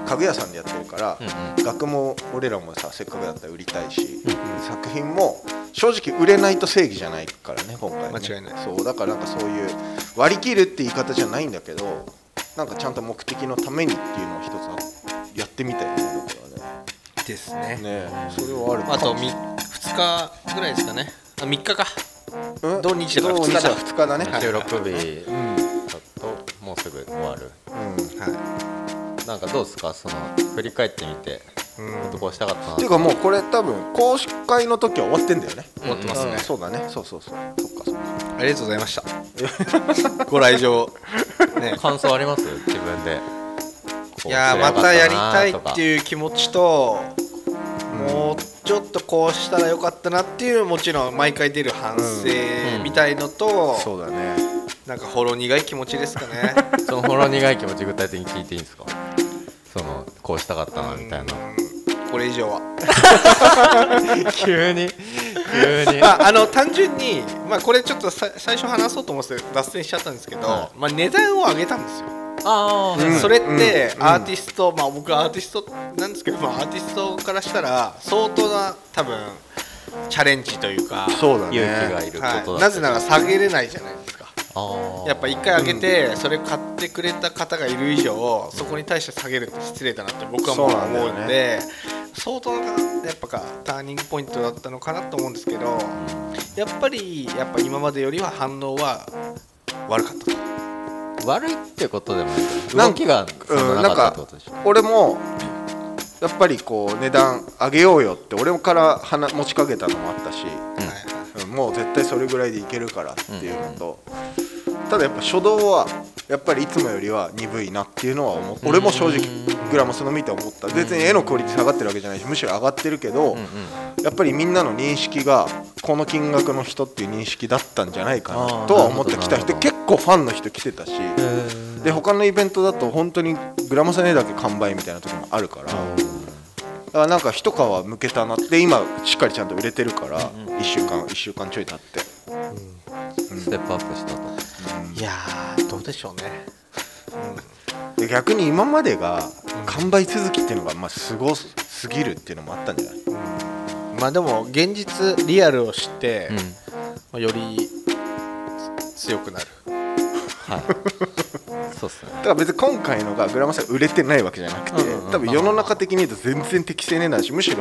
S2: 家具屋さんでやってるから、
S3: う
S2: 額も俺らもさせっかくだったら売りたいし、作品も正直売れないと正義じゃないからね今回ね
S4: 間違いない
S2: そうだからなんかそういう割り切るって言い方じゃないんだけどなんかちゃんと目的のためにっていうのを一つやってみたいよねだか
S4: です
S2: ら
S4: ね
S2: ねねそれはあるかも
S4: あとみ2日ぐらいですかねあ3日か
S2: うん
S4: 土日だから
S2: 土
S4: 二日だ
S2: 2日だね、
S4: はい
S3: 収録日だともうすぐ終わる
S2: うん
S4: は
S3: なんかどうですかその振り返ってみて
S4: い、うん
S3: こうしたかったな
S2: っていうかもうこれ多分公式会の時は終わってんだよね
S3: 終わってます
S4: ね
S2: うんそうだねそうそうそうそっかそっか
S4: ありがとうございました [LAUGHS] ご来場ね
S3: 感想あります自分で
S4: いやーまたやりたいって
S3: う
S4: いう気持ちともうちょっとこうしたらよかったなっていうもちろん毎回出る反省
S3: うん
S4: みたいのと、
S2: そうだね
S4: なんかほろ苦い気持ちですかね
S3: そのほろ苦い気持ち具体的に聞いていいんですかそのこうしたかったなみたいな
S4: [LAUGHS] これ以上は
S3: 急に急に
S4: [LAUGHS] まああの単純に、まあ、これちょっとさ最初話そうと思って脱線しちゃったんですけど、
S3: は
S4: まあ、値段を上げたんですよ
S3: あああ、
S2: うん
S4: それって
S2: うん
S4: アーティスト、まあ僕はアーティストなんですけど、まあ、アーティストからしたら相当な多分チャレンジというか
S2: そうだ
S3: 勇気が
S2: ね
S3: いることだ
S4: は
S3: っ
S4: い、
S3: た
S4: なぜなら下げれないじゃないですか
S3: あー
S4: やっぱ一回上げてそれ買ってくれた方がいる以上そこに対して下げるって失礼だなって僕はもう
S2: そうなんだよね
S4: 思うんで相当なやっぱかターニングポイントだったのかなと思うんですけどやっぱりやっぱ今までよりは反応は悪かったと
S3: 悪いってことでもないけど
S2: なん
S3: 動きがそんななかったってことでしょ
S2: 俺もやっぱりこう値段上げようよって俺から話持ちかけたのもあったし、
S3: うん
S4: はい
S2: うんもう絶対それぐらいでいけるからっていうのと、ただやっぱ初動はやっぱりいつもよりは鈍いなっていうのは思っ俺も正直グラマスの見て思った別に絵のクオリティ下がってるわけじゃないしむしろ上がってるけど、
S3: うんうん
S2: やっぱりみんなの認識がこの金額の人っていう認識だったんじゃないか
S3: あ
S2: な
S3: ー
S2: とは思ってきた人
S3: なるほどなる
S2: 結構ファンの人来てたしで他のイベントだと本当にグラマスの絵だけ完売みたいな時もあるから。あなんか一皮むけたなって今しっかりちゃんと売れてるから
S3: うん
S2: 1週間1週間ちょい経って
S3: ステップアップしたと
S4: いやーどうでしょうね、
S2: で逆に今までが完売続きっていうのがまあすごすぎるっていうのもあったんじゃない
S4: まあでも現実リアルを知って、まあより強くなる
S3: はいそうっすね
S2: だから別に今回のがグラマスは売れてないわけじゃなくて
S3: うんうんうん
S2: 多分世の中的に言うと全然適正値なんだしむしろ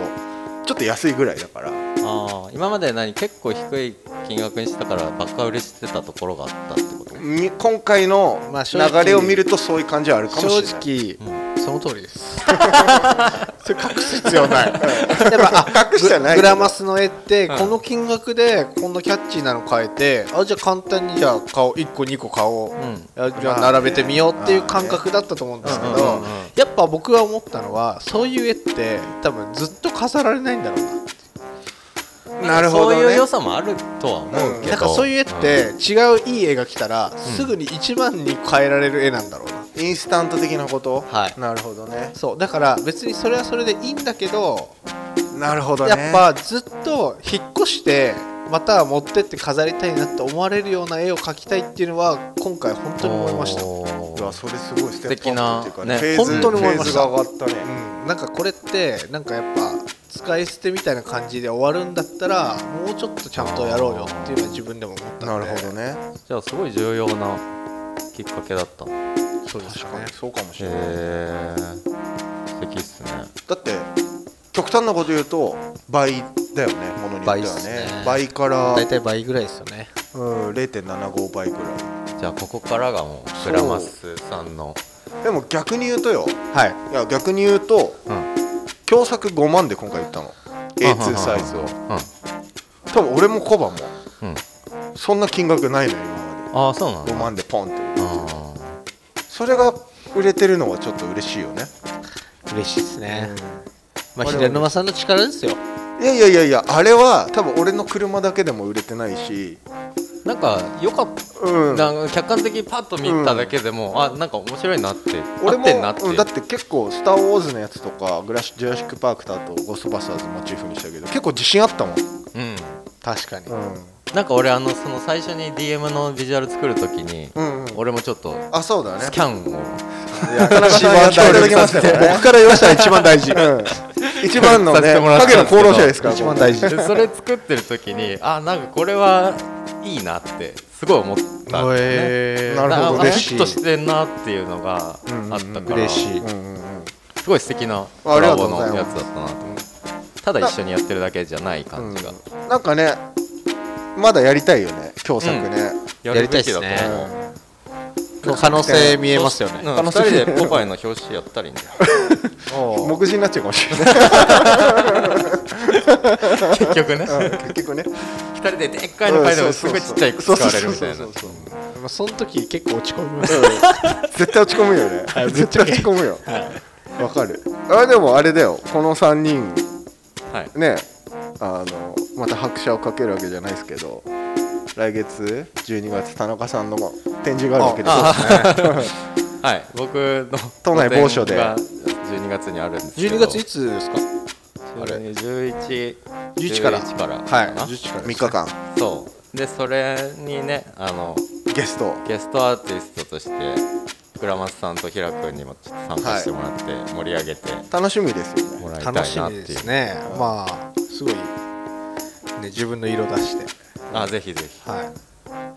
S2: ちょっと安いぐらいだから
S3: ああ今まで何結構低い金額にしたからバカ売れしてたところがあったってこと
S2: み今回の
S4: まあ正直
S2: 流れを見るとそういう感じはあるかもしれない
S4: 正直、その通りですそれ隠す必要ないやっ
S2: [LAUGHS]
S4: ぱあ
S2: 隠してはないけ
S4: グ
S2: ど
S4: ラマスの絵って
S3: うん
S4: この金額でこんなキャッチーなの変えて、あじゃあ簡単にじゃあ顔1個2個顔を、
S3: うん
S4: あじゃあ並べてみようっていう感覚だったと思うんですけど、
S3: うんうんうん
S4: やっぱ僕が思ったのはそういう絵って多分ずっと飾られないんだろうな
S2: なるほどね
S3: そういう良さもあるとは思うけど
S4: なんかそういう絵って違ういい絵が来たらすぐに一番に変えられる絵なんだろうな、
S2: インスタント的なこと
S3: はい
S2: なるほどね
S4: そうだから別にそれはそれでいいんだけど
S2: なるほどね
S4: やっぱずっと引っ越してまた持ってって飾りたいなって思われるような絵を描きたいっていうのは今回本当に思いました、う
S2: いや
S3: た
S2: それすごいステップアップっていうかね
S3: ね
S2: フェーズ
S4: 本当に思いました
S2: フェーズが上がったね、
S4: ん、なんかこれってなんかやっぱ使い捨てみたいな感じで終わるんだったらもうちょっとちゃんとやろうよっていうのは自分でも思った
S2: なんる
S4: で
S2: ほどね
S3: じゃあすごい重要なきっかけだったへ
S4: そうです
S2: 確
S4: よ
S2: か
S4: ね
S2: にそうかもしれない、
S3: え素敵っすね
S2: だって極端なこと言うと倍だよねものによってはね
S4: 倍っすね
S2: 倍から、うん、
S4: 大体倍ぐらいですよね
S2: 0.75倍ぐら
S3: じゃあここからがもうグラマスさんの
S2: いでも逆に言うとよ
S4: はい
S2: いや逆に言うと
S3: うん
S2: 共作5万で今回売ったの A2 サイズを多分俺もコバも
S3: うん
S2: そんな金額ないのよ今ま
S3: ああそうなん
S2: で
S3: だ
S2: 5万でポンって
S3: あ
S2: それが売れてるのはちょっと嬉しいよね、
S4: 嬉しいですね、まあ平沼さんの力ですよ
S2: いやいやいやいやあれは多分俺の車だけでも売れてないし
S3: ーなんか良かった
S2: うん
S3: なんか客観的にパッと見ただけでも、あなんか面白いなって
S2: 俺
S3: 合ってんなっ
S2: も
S3: て、
S2: うんだって結構「スター・ウォーズ」のやつとか「グラシジュラシック・パーク」とあと「ゴーストバスターズ」モチーフにしたけど結構自信あったもん、
S3: うん、
S4: 確かに、
S3: なんか俺あのその最初に DM のビジュアル作るときに、
S2: うんうん
S3: 俺もちょっと
S2: あそうだね
S3: スキャンを、
S2: 田中さんやっていただきますからね
S4: 僕から言わしたら一番大
S2: [LAUGHS]
S4: 事
S2: うん一番の
S3: させ
S2: ね
S3: てもらったん
S2: 影
S3: です
S2: の
S3: けど
S2: 功労者ですから
S4: 一番大事
S3: でそれ作ってるときにあなんかこれはいいなってすごい思ったんだよね
S4: え
S2: なるほど
S3: あ
S2: 嬉しい
S3: ヒットしてんなっていうのがあっ
S2: うんうんうん
S3: たから、
S4: 嬉しい、
S2: うんうんうん
S3: すごい素敵な
S2: あ
S3: コ
S2: りが
S3: ラ
S2: とう
S3: ボ
S2: ご
S3: の
S2: ざいます
S3: やつだったなと思ってただ一緒にやってるだけじゃない感じが、
S2: うんなんかねまだやりたいよね共作ね、
S3: や
S4: やりたいっ
S3: べき
S4: す
S3: だと
S4: ね
S3: 思う
S4: 可能性見えますよね
S3: うん二人でポパイの表紙やったりね
S2: 目次になっちゃうかもしれない
S3: 結局ね
S2: うん結
S3: [LAUGHS]
S2: 局ね
S3: 二人ででっかいの買いでもすごいちっちゃい使われるみたいな
S2: そうそうそうそう
S4: まあ、その時結構落ち込みま
S2: う
S4: す
S2: ん絶対落ち込むよ
S3: [LAUGHS]
S2: ね
S4: はい
S2: 絶対落ち込むよわかるあでもあれだよこの3人
S3: はい
S2: ねあのまた拍車をかけるわけじゃないですけど来月12月田中さんの展示があるわけです
S3: はい僕の
S2: 都内某所で
S3: 個展が12月にあるんですけど
S4: 12月いつですか
S3: あれ11
S4: 11から
S3: 11から
S4: はい
S3: かな
S4: 11から
S2: 3日間
S3: そうでそれにねあの
S2: ゲスト
S3: ゲストアーティストとして倉松さんと平君にもちょっと参加してもらって盛り上げて
S2: 楽しみですよね
S3: もらいたいな
S4: 楽
S3: って
S4: し
S3: いう、
S4: みですねまあすごい、ね、自分の色出して
S3: あぜひぜひ
S4: は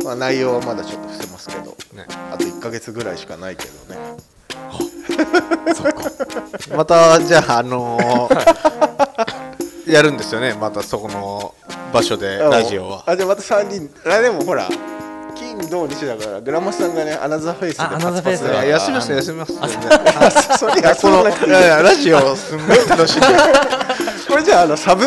S2: まあ、内容はまだちょっと伏せますけど
S4: い、ね、
S2: あと1か月ぐらいしかないけどね
S3: そっか
S4: またじゃああのーやるんですよねまたそこの場所でラジオは
S2: あじゃあまた3人あでもほら金土日だからグラマスさんがねアナザーフェイスで
S3: あアナザーフェイ
S2: パ
S3: ス
S2: ツパ
S3: あ
S2: ツ
S4: いや休みます
S3: あの
S4: 休みます全然
S2: あ [LAUGHS] それ
S4: こ
S2: 休ま
S4: の
S2: なくてい
S4: い
S2: い
S4: やいやラジオすんごい楽しいんで
S2: これじゃああのサブ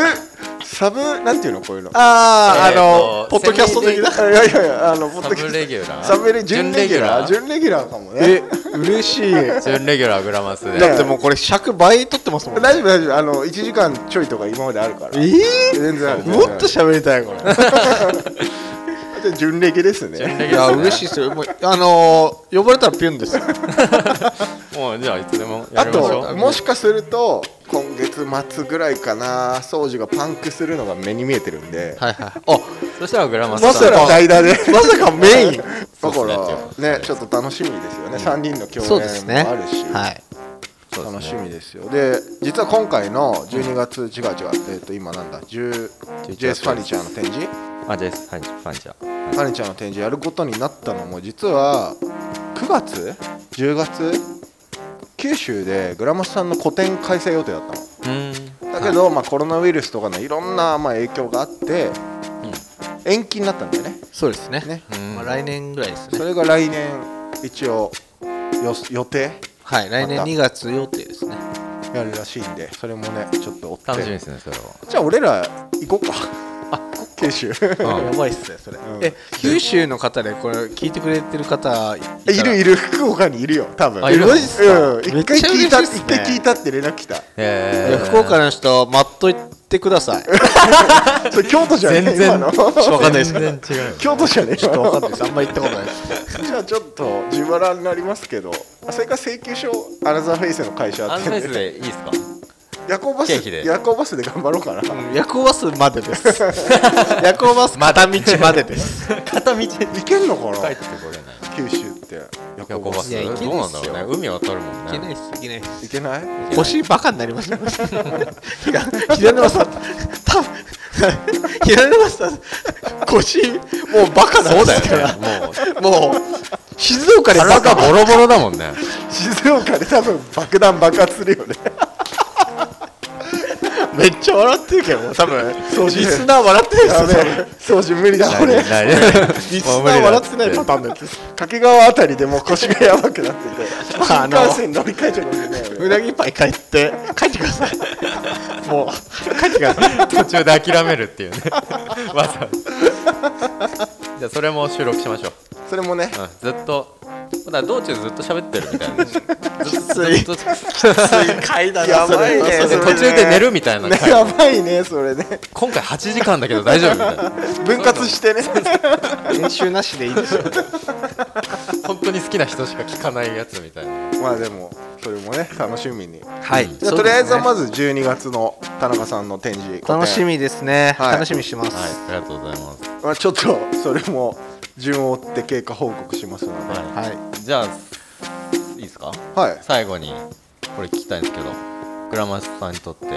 S2: サブなんていうのこういうの
S4: [LAUGHS] ああ
S3: えー
S4: あ
S3: と
S4: のポッドキャスト的ない
S2: やいやいやあのポッ
S3: サ
S2: ドキャ
S3: ブレギュラー
S2: サブレ準レギュラー
S3: 準
S2: 準レギュラーかもね
S4: え嬉しいだ
S3: 準レギュラーグラマスで
S4: ってもうこれ尺倍取ってますもん
S2: 大丈夫大丈夫あの1時間ちょいとか今まであるから
S4: え
S2: 全然ある
S4: ー、もっと喋りたいこれ
S2: じゃあ準レギュですね
S3: 準レ
S4: い
S3: ギュ
S4: や
S3: ラー
S4: 嬉しいですよもうあのー呼ばれたらピュンですよ
S3: もうじゃあいつでもや
S2: あ
S3: りましょ
S2: と
S3: う
S2: もしかすると今月末ぐらいかな掃除がパンクするのが目に見えてるんで、
S4: はいはいあ
S3: そしたらグラマス
S2: ま
S3: さ
S2: さ
S3: ん
S2: か代打で
S4: まさかメイン
S2: だか
S3: そうです
S2: らねちょっと楽しみですよね、3人の
S4: そ
S2: 共
S4: うです
S2: 演
S4: ね
S2: もあるし、
S4: はい
S3: そうで
S2: 楽
S3: す
S2: し
S3: ね
S2: みですよで実は今回の12月、違う違う、えっと今なんだ10
S3: 11
S2: JS ファニチャーの展示
S3: あジェイスはいファンじゃ
S2: ファニチャーの展示やることになったのも実は9月10月九州でグラマスさんの個展開催予定だったの
S3: うん
S2: だけど、まあ、コロナウイルスとかのいろんな、まあ、影響があって、延期になったんだよね
S4: そうですね
S2: ね
S3: うん
S4: まあ、来年ぐらいです
S2: そ
S4: ね
S2: れが来年一応よ予定
S4: はい来年
S2: また
S4: 2月予定ですね
S2: やるらしいんでそれもねちょっと追って
S3: 楽しみですねそれは
S2: じゃあ俺ら行こうか九 [LAUGHS] 州
S4: やばいっすねそれ、
S2: うん
S4: え九州の方でこれ聞いてくれてる方い
S2: えいるい
S4: る
S2: る福岡にいるよ多分
S3: あいる
S2: う
S3: の
S2: ん一回聞いた
S4: めっちゃ嬉し
S2: 一
S4: いっすね
S2: 回聞いたって連絡来た
S3: えー
S4: 福岡の人待っといてください
S2: それ京都じゃね
S3: 全然
S2: 今の
S4: わかんないですけど
S3: 全然違う
S2: [LAUGHS] 京都じゃね
S4: ちょっとわかんないですあんま行ったことないです
S2: じゃあちょっと自腹になりますけどあそれから請求書アナザーフェイスの会社
S3: ア
S2: あ
S3: ン
S2: っ
S3: フ
S2: てね
S3: ェイスでいいですか
S2: 夜行バス
S3: 経費で
S2: 夜行バスで頑張ろう
S4: [LAUGHS]
S2: かな
S4: 夜行バスまでです [LAUGHS] 夜行バス片道までです
S3: 片道帰って
S2: 行けんのかな
S3: これない
S2: 九州って夜
S3: 夜行バス
S4: いや行け
S3: どう
S4: ない
S3: な
S4: っ
S3: んだ
S4: すよ
S3: ろうね海渡るもん
S4: いけない
S3: ね
S4: っすいけないっす
S2: 行けない
S4: 腰バカになりましたいや平沼さん多分平沼さん腰もうバカなん
S3: そう
S4: ですか
S3: だ
S4: ら
S3: よねもう
S4: もう静岡でバ
S3: 体が
S4: カ
S3: ボロボロだもんね
S2: 静岡で多分爆弾爆発するよね
S4: めっちゃ笑ってるけど多分
S2: そう
S4: リ
S2: ですね
S4: スナー笑ってないです
S2: や
S4: よ
S2: べ
S4: 多
S2: え
S4: 分
S2: 掃除無理だ俺
S3: 何何
S4: リス
S3: もう無
S4: ナー
S3: 理だ
S4: 笑
S3: つ
S4: ってないパターンのやつです
S2: 掛川あたりでもう腰がやばくなってて
S4: まああ
S2: 新
S4: の
S2: 幹線乗り換えちゃうかもしれないうよね
S4: なぎパイ帰って帰ってくださいもう帰ってください
S3: 途中で諦めるっていうねわざわざじゃあそれも収録しましょう、
S2: それもね
S3: うん、ずっとだから道中ずっと喋ってるみたいなずっ
S4: い
S3: とずっと
S4: 階段
S2: やばいね
S4: それ
S2: そ
S3: 途
S2: れ
S3: 中で寝るみたいな
S2: ね
S3: 回
S2: やばいねそれね
S3: 今回8時間だけど大丈夫みたいな
S2: 分割してね
S4: 練習なしでいいですよ
S3: 本当に好きな人しか聞かないやつみたいな
S2: [LAUGHS] まあでもそれもね楽しみに
S4: はい
S2: じゃあとりあえずはまず12月の田中さんの展示
S4: 楽しみですね
S2: はい
S4: 楽しみにしてま
S3: はい
S4: す
S3: ありがとうございます
S2: まあ、ちょっとそれも順を追って経過報告しますので、
S3: は
S4: は
S3: い、
S4: い
S3: じゃあいいですか
S2: はい、
S3: 最後にこれ聞きたいんですけどグラマスさんにとって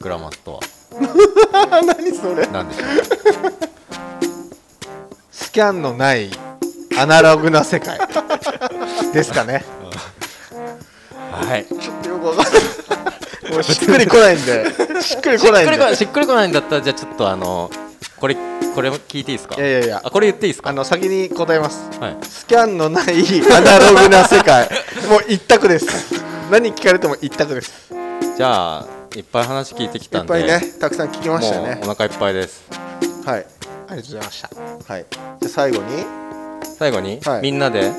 S3: グラマスとは
S2: 何それ
S3: 何でしょ
S4: スキャンのないアナログな世 [LAUGHS] 界ですかね
S3: うはい
S2: ちょっとよくわかんない
S4: [LAUGHS] もうしっくりこないんでしっくりこない
S3: しっくり
S4: ん
S3: こない
S4: で
S3: しっくりこないんだったらじゃあちょっとあのこれこれも聞いていいですか
S4: いやいやいや
S3: あこれ言っていいですか
S4: あの先に答えます
S3: はい
S4: スキャンのないアナログな世界もう一択です何聞かれても一択です
S3: じゃあいっぱい話聞いてき
S2: い
S3: た
S2: っ
S3: んで
S2: ぱいねたくさん聞きましたね
S3: もうお腹いっぱいです
S2: はい
S4: ありがとうございました
S2: はいじゃあ最後に
S3: 最後に、
S2: はい
S3: みんなで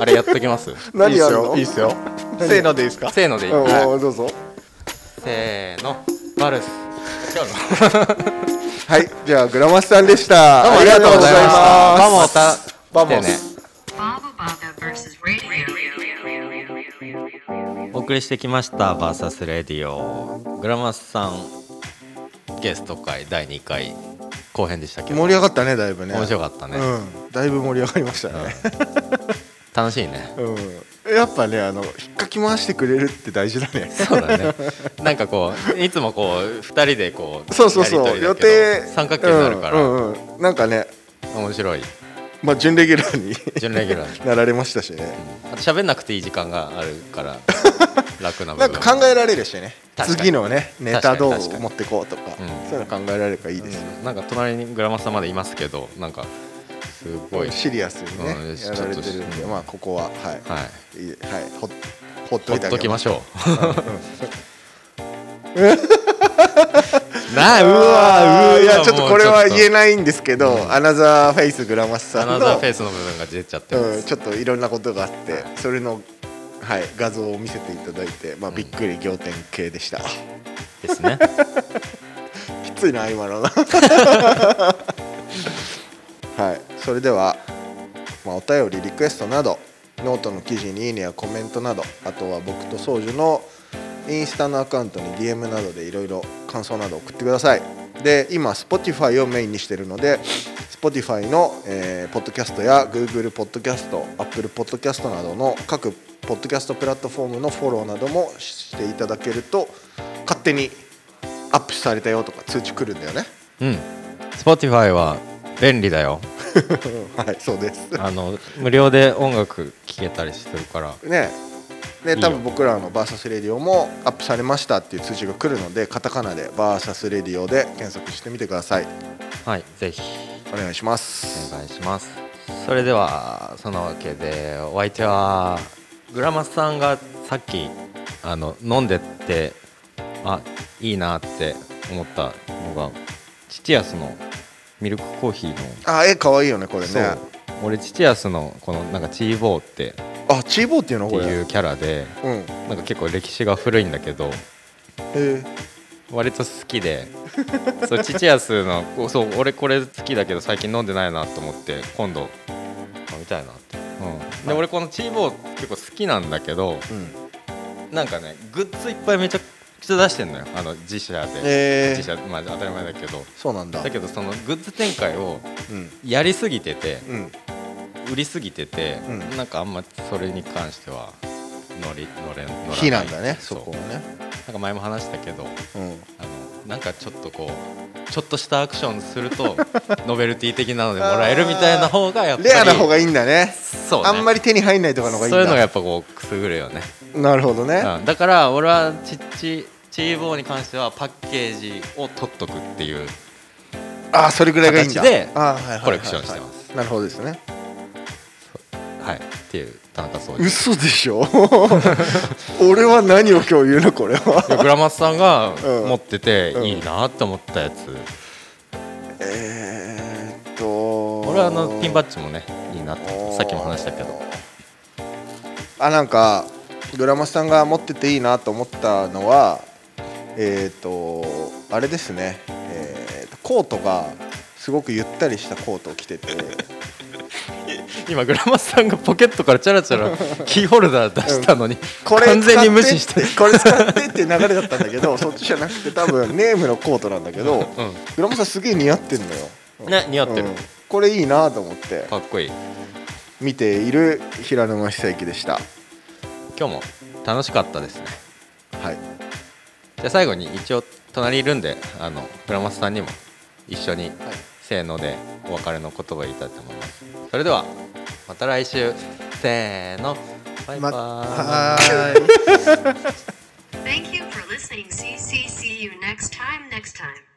S3: あれやっときます
S2: [LAUGHS] 何やるの
S4: いいっすよいいっすよせーのでいいですか
S3: せーのでいい、
S2: うん
S3: はい
S2: どうぞ
S3: せーのバルス今日の
S2: はいじゃあグラマスさんでした
S3: どう
S2: [LAUGHS]
S3: も
S2: あ
S3: あ
S2: り
S3: り
S2: がと
S3: がと
S2: う
S3: う
S2: ご
S3: ご
S2: ざ
S3: ざ
S2: い
S3: い
S2: ま
S3: ますすまた来てね
S1: Baba Baba versus radio.
S3: お送りしてきました「VS レディオ」グラマスさんゲスト会第2回後編でしたけど
S2: 盛り上がったねだいぶね
S3: 面白かったね、
S2: うんだいぶ盛り上がりましたね、
S3: 楽しいね
S2: うん、やっぱねあの引っかき回してくれるって大事だ
S3: [LAUGHS]
S2: ね
S3: そう
S2: [LAUGHS]
S3: だねなんかこういつもこう2人でこう
S2: そうそうそう
S3: やりと
S2: 予
S3: りだけど
S2: 定
S3: 三角形になるから、
S2: うんうんうんなんかね
S3: 面白い
S2: まあ準レギュラーに [LAUGHS]
S3: 準レギュラー
S2: なられましたしね
S3: あと喋んなくていい時間があるから
S2: [LAUGHS]
S3: 楽な部
S2: なん
S3: 分
S2: か考えられるしね
S3: 確かに
S2: 次のねネタどう
S3: 確かに
S2: 持ってこうとか
S3: うん
S2: そういうの考えられるからいいですよね
S3: うんなんか隣にグラマスさんまでいますけどなんかすごい
S2: シリアスにね
S3: うん
S2: やられてるん
S3: ちょっ
S2: で
S3: と
S2: まあここははい
S3: はい
S2: いはいほっほっ
S3: いほ
S2: とい
S3: って
S2: あ
S3: と
S2: げ
S3: きま
S2: ます
S3: しょう [LAUGHS] なあう
S2: あ
S3: わ
S2: ー
S3: う
S2: い
S3: わ
S2: やちょっとこれは言えな
S3: ない
S2: いんですけどアナザーフェイスグラマスさ
S3: ア
S2: ん
S3: ナ
S2: の
S3: ザーフェイスの部分が出ちゃってま
S2: うん、
S3: す
S2: ちょっといろんなことがあってそれの、はい、画像を見せていただいて、まあ、
S3: うん
S2: びっくり仰天系でした、 [LAUGHS]
S3: ですね
S2: きついな今のな [LAUGHS] はいそれでは、まあ、お便りリクエストなどノートの記事にいいねやコメントなどあとは僕と宗樹のインスタのアカウントに DM などでいろいろ感想など送ってくださいで今 Spotify をメインにしてるので Spotify の、えーポッドキャストや Google ポッドキャスト Apple ポッドキャストなどの各ポッドキャストプラットフォームのフォローなどもしていただけると勝手にアップされたよとか通知来るんだよね [LAUGHS]
S3: うん Spotify は便利だよ
S2: はいそうです
S3: あの無料で音楽聴けたりしてるから
S2: ねで
S3: いいよ
S2: 多分僕らのバーサスレディオもアップされましたっていう通知が来るのでカタカナでバーサスレディオで検索してみてください
S3: はいぜひ
S2: お願いします
S3: お願いしますそれではそのわけでお相手はグラマスさんがさっきあの飲んでってあいいなって思ったのがチチアスのミルクコーヒーの
S2: あ絵かわいいよねこれ
S3: そ
S2: ね
S3: う俺チチアスのこのなんかチーボーって
S2: あチーボーっていうの
S3: って
S2: これ
S3: いうキャラで
S2: うんへ
S3: なんか結構歴史が古いんだけど
S2: え
S3: 割と好きでそうチチアスのこうそう俺これ好きだけど最近飲んでないなと思って今度飲みたいなって、うん、で俺このチーボー結構好きなんだけど
S2: うん
S3: なんかねグッズいっぱいめちゃくちゃ出してんのよあの自社で、
S2: え
S3: 自
S2: ー、
S3: 社まあ当たり前だけど
S2: そうなんだ
S3: だけどそのグッズ展開を
S2: うん
S3: やりすぎてて
S2: うん
S3: 売りすぎてて、
S2: うん
S3: なんかあんまそれに関しては乗り乗れ乗らない
S2: 火なんだねそうこはね
S3: なんか前も話したけど
S2: うん
S3: あのなんかちょっとこうちょっとしたアクションすると [LAUGHS] ノベルティ的なのでもらえるみたいな方がやっぱり
S2: レアな方がいいんだね
S3: そう、ね、
S2: あんまり手に入んないとかの方
S3: そ
S2: がいいんだ
S3: ういうのがやっぱこうくすぐるよね、
S2: なるほどね、
S3: うん、だから俺はちっちチーボーに関してはパッケージを取っとくっていう
S2: あそれぐらいがいいんだ
S3: 形で
S2: あはいはいはいはい
S3: コレクションしてます
S2: なるほどです
S3: [LAUGHS]
S2: ね
S3: はいっていう田中総司
S2: 嘘でしょ [LAUGHS] 俺は何を今日言うのこれは
S3: でグラマスさんが
S2: うん
S3: 持ってて
S2: うん
S3: いいなと思ったやつ、
S2: えーっと
S3: 俺はあのピンバッジもねいいなとさっきも話したけど
S2: あなんかグラマスさんが持ってていいなと思ったのはえーっとあれですね、えーっとコートがすごくゆったりしたコートを着
S3: [LAUGHS]
S2: てて
S3: 今グラマスさんがポケットからチャラチャ [LAUGHS] ラキーホルダー出したのに、
S2: これ
S3: 完全に無視し
S2: 使って [LAUGHS] っ
S3: て
S2: てこれ使ってっていう流れだったんだけどそっちじゃなくて多
S3: [LAUGHS]
S2: 分ネームのコートなんだけど
S3: う
S2: グラマスさんすげえ似合ってんのよ、
S3: ん、 [LAUGHS] ね似合って
S2: う
S3: る、
S2: んこれいいなと思って
S3: かっこいい
S2: 見ている平沼久之でした
S3: 今日も楽しかったですね
S2: はい
S3: じゃあ最後に一応隣いるんであのグラマスさんにも一緒に、せーのでお別れの言葉を言いたいと思いますそれではまた来週せーのバイバーイ
S4: ーい
S1: Thank you for listening. See, see, see you next time. Next time.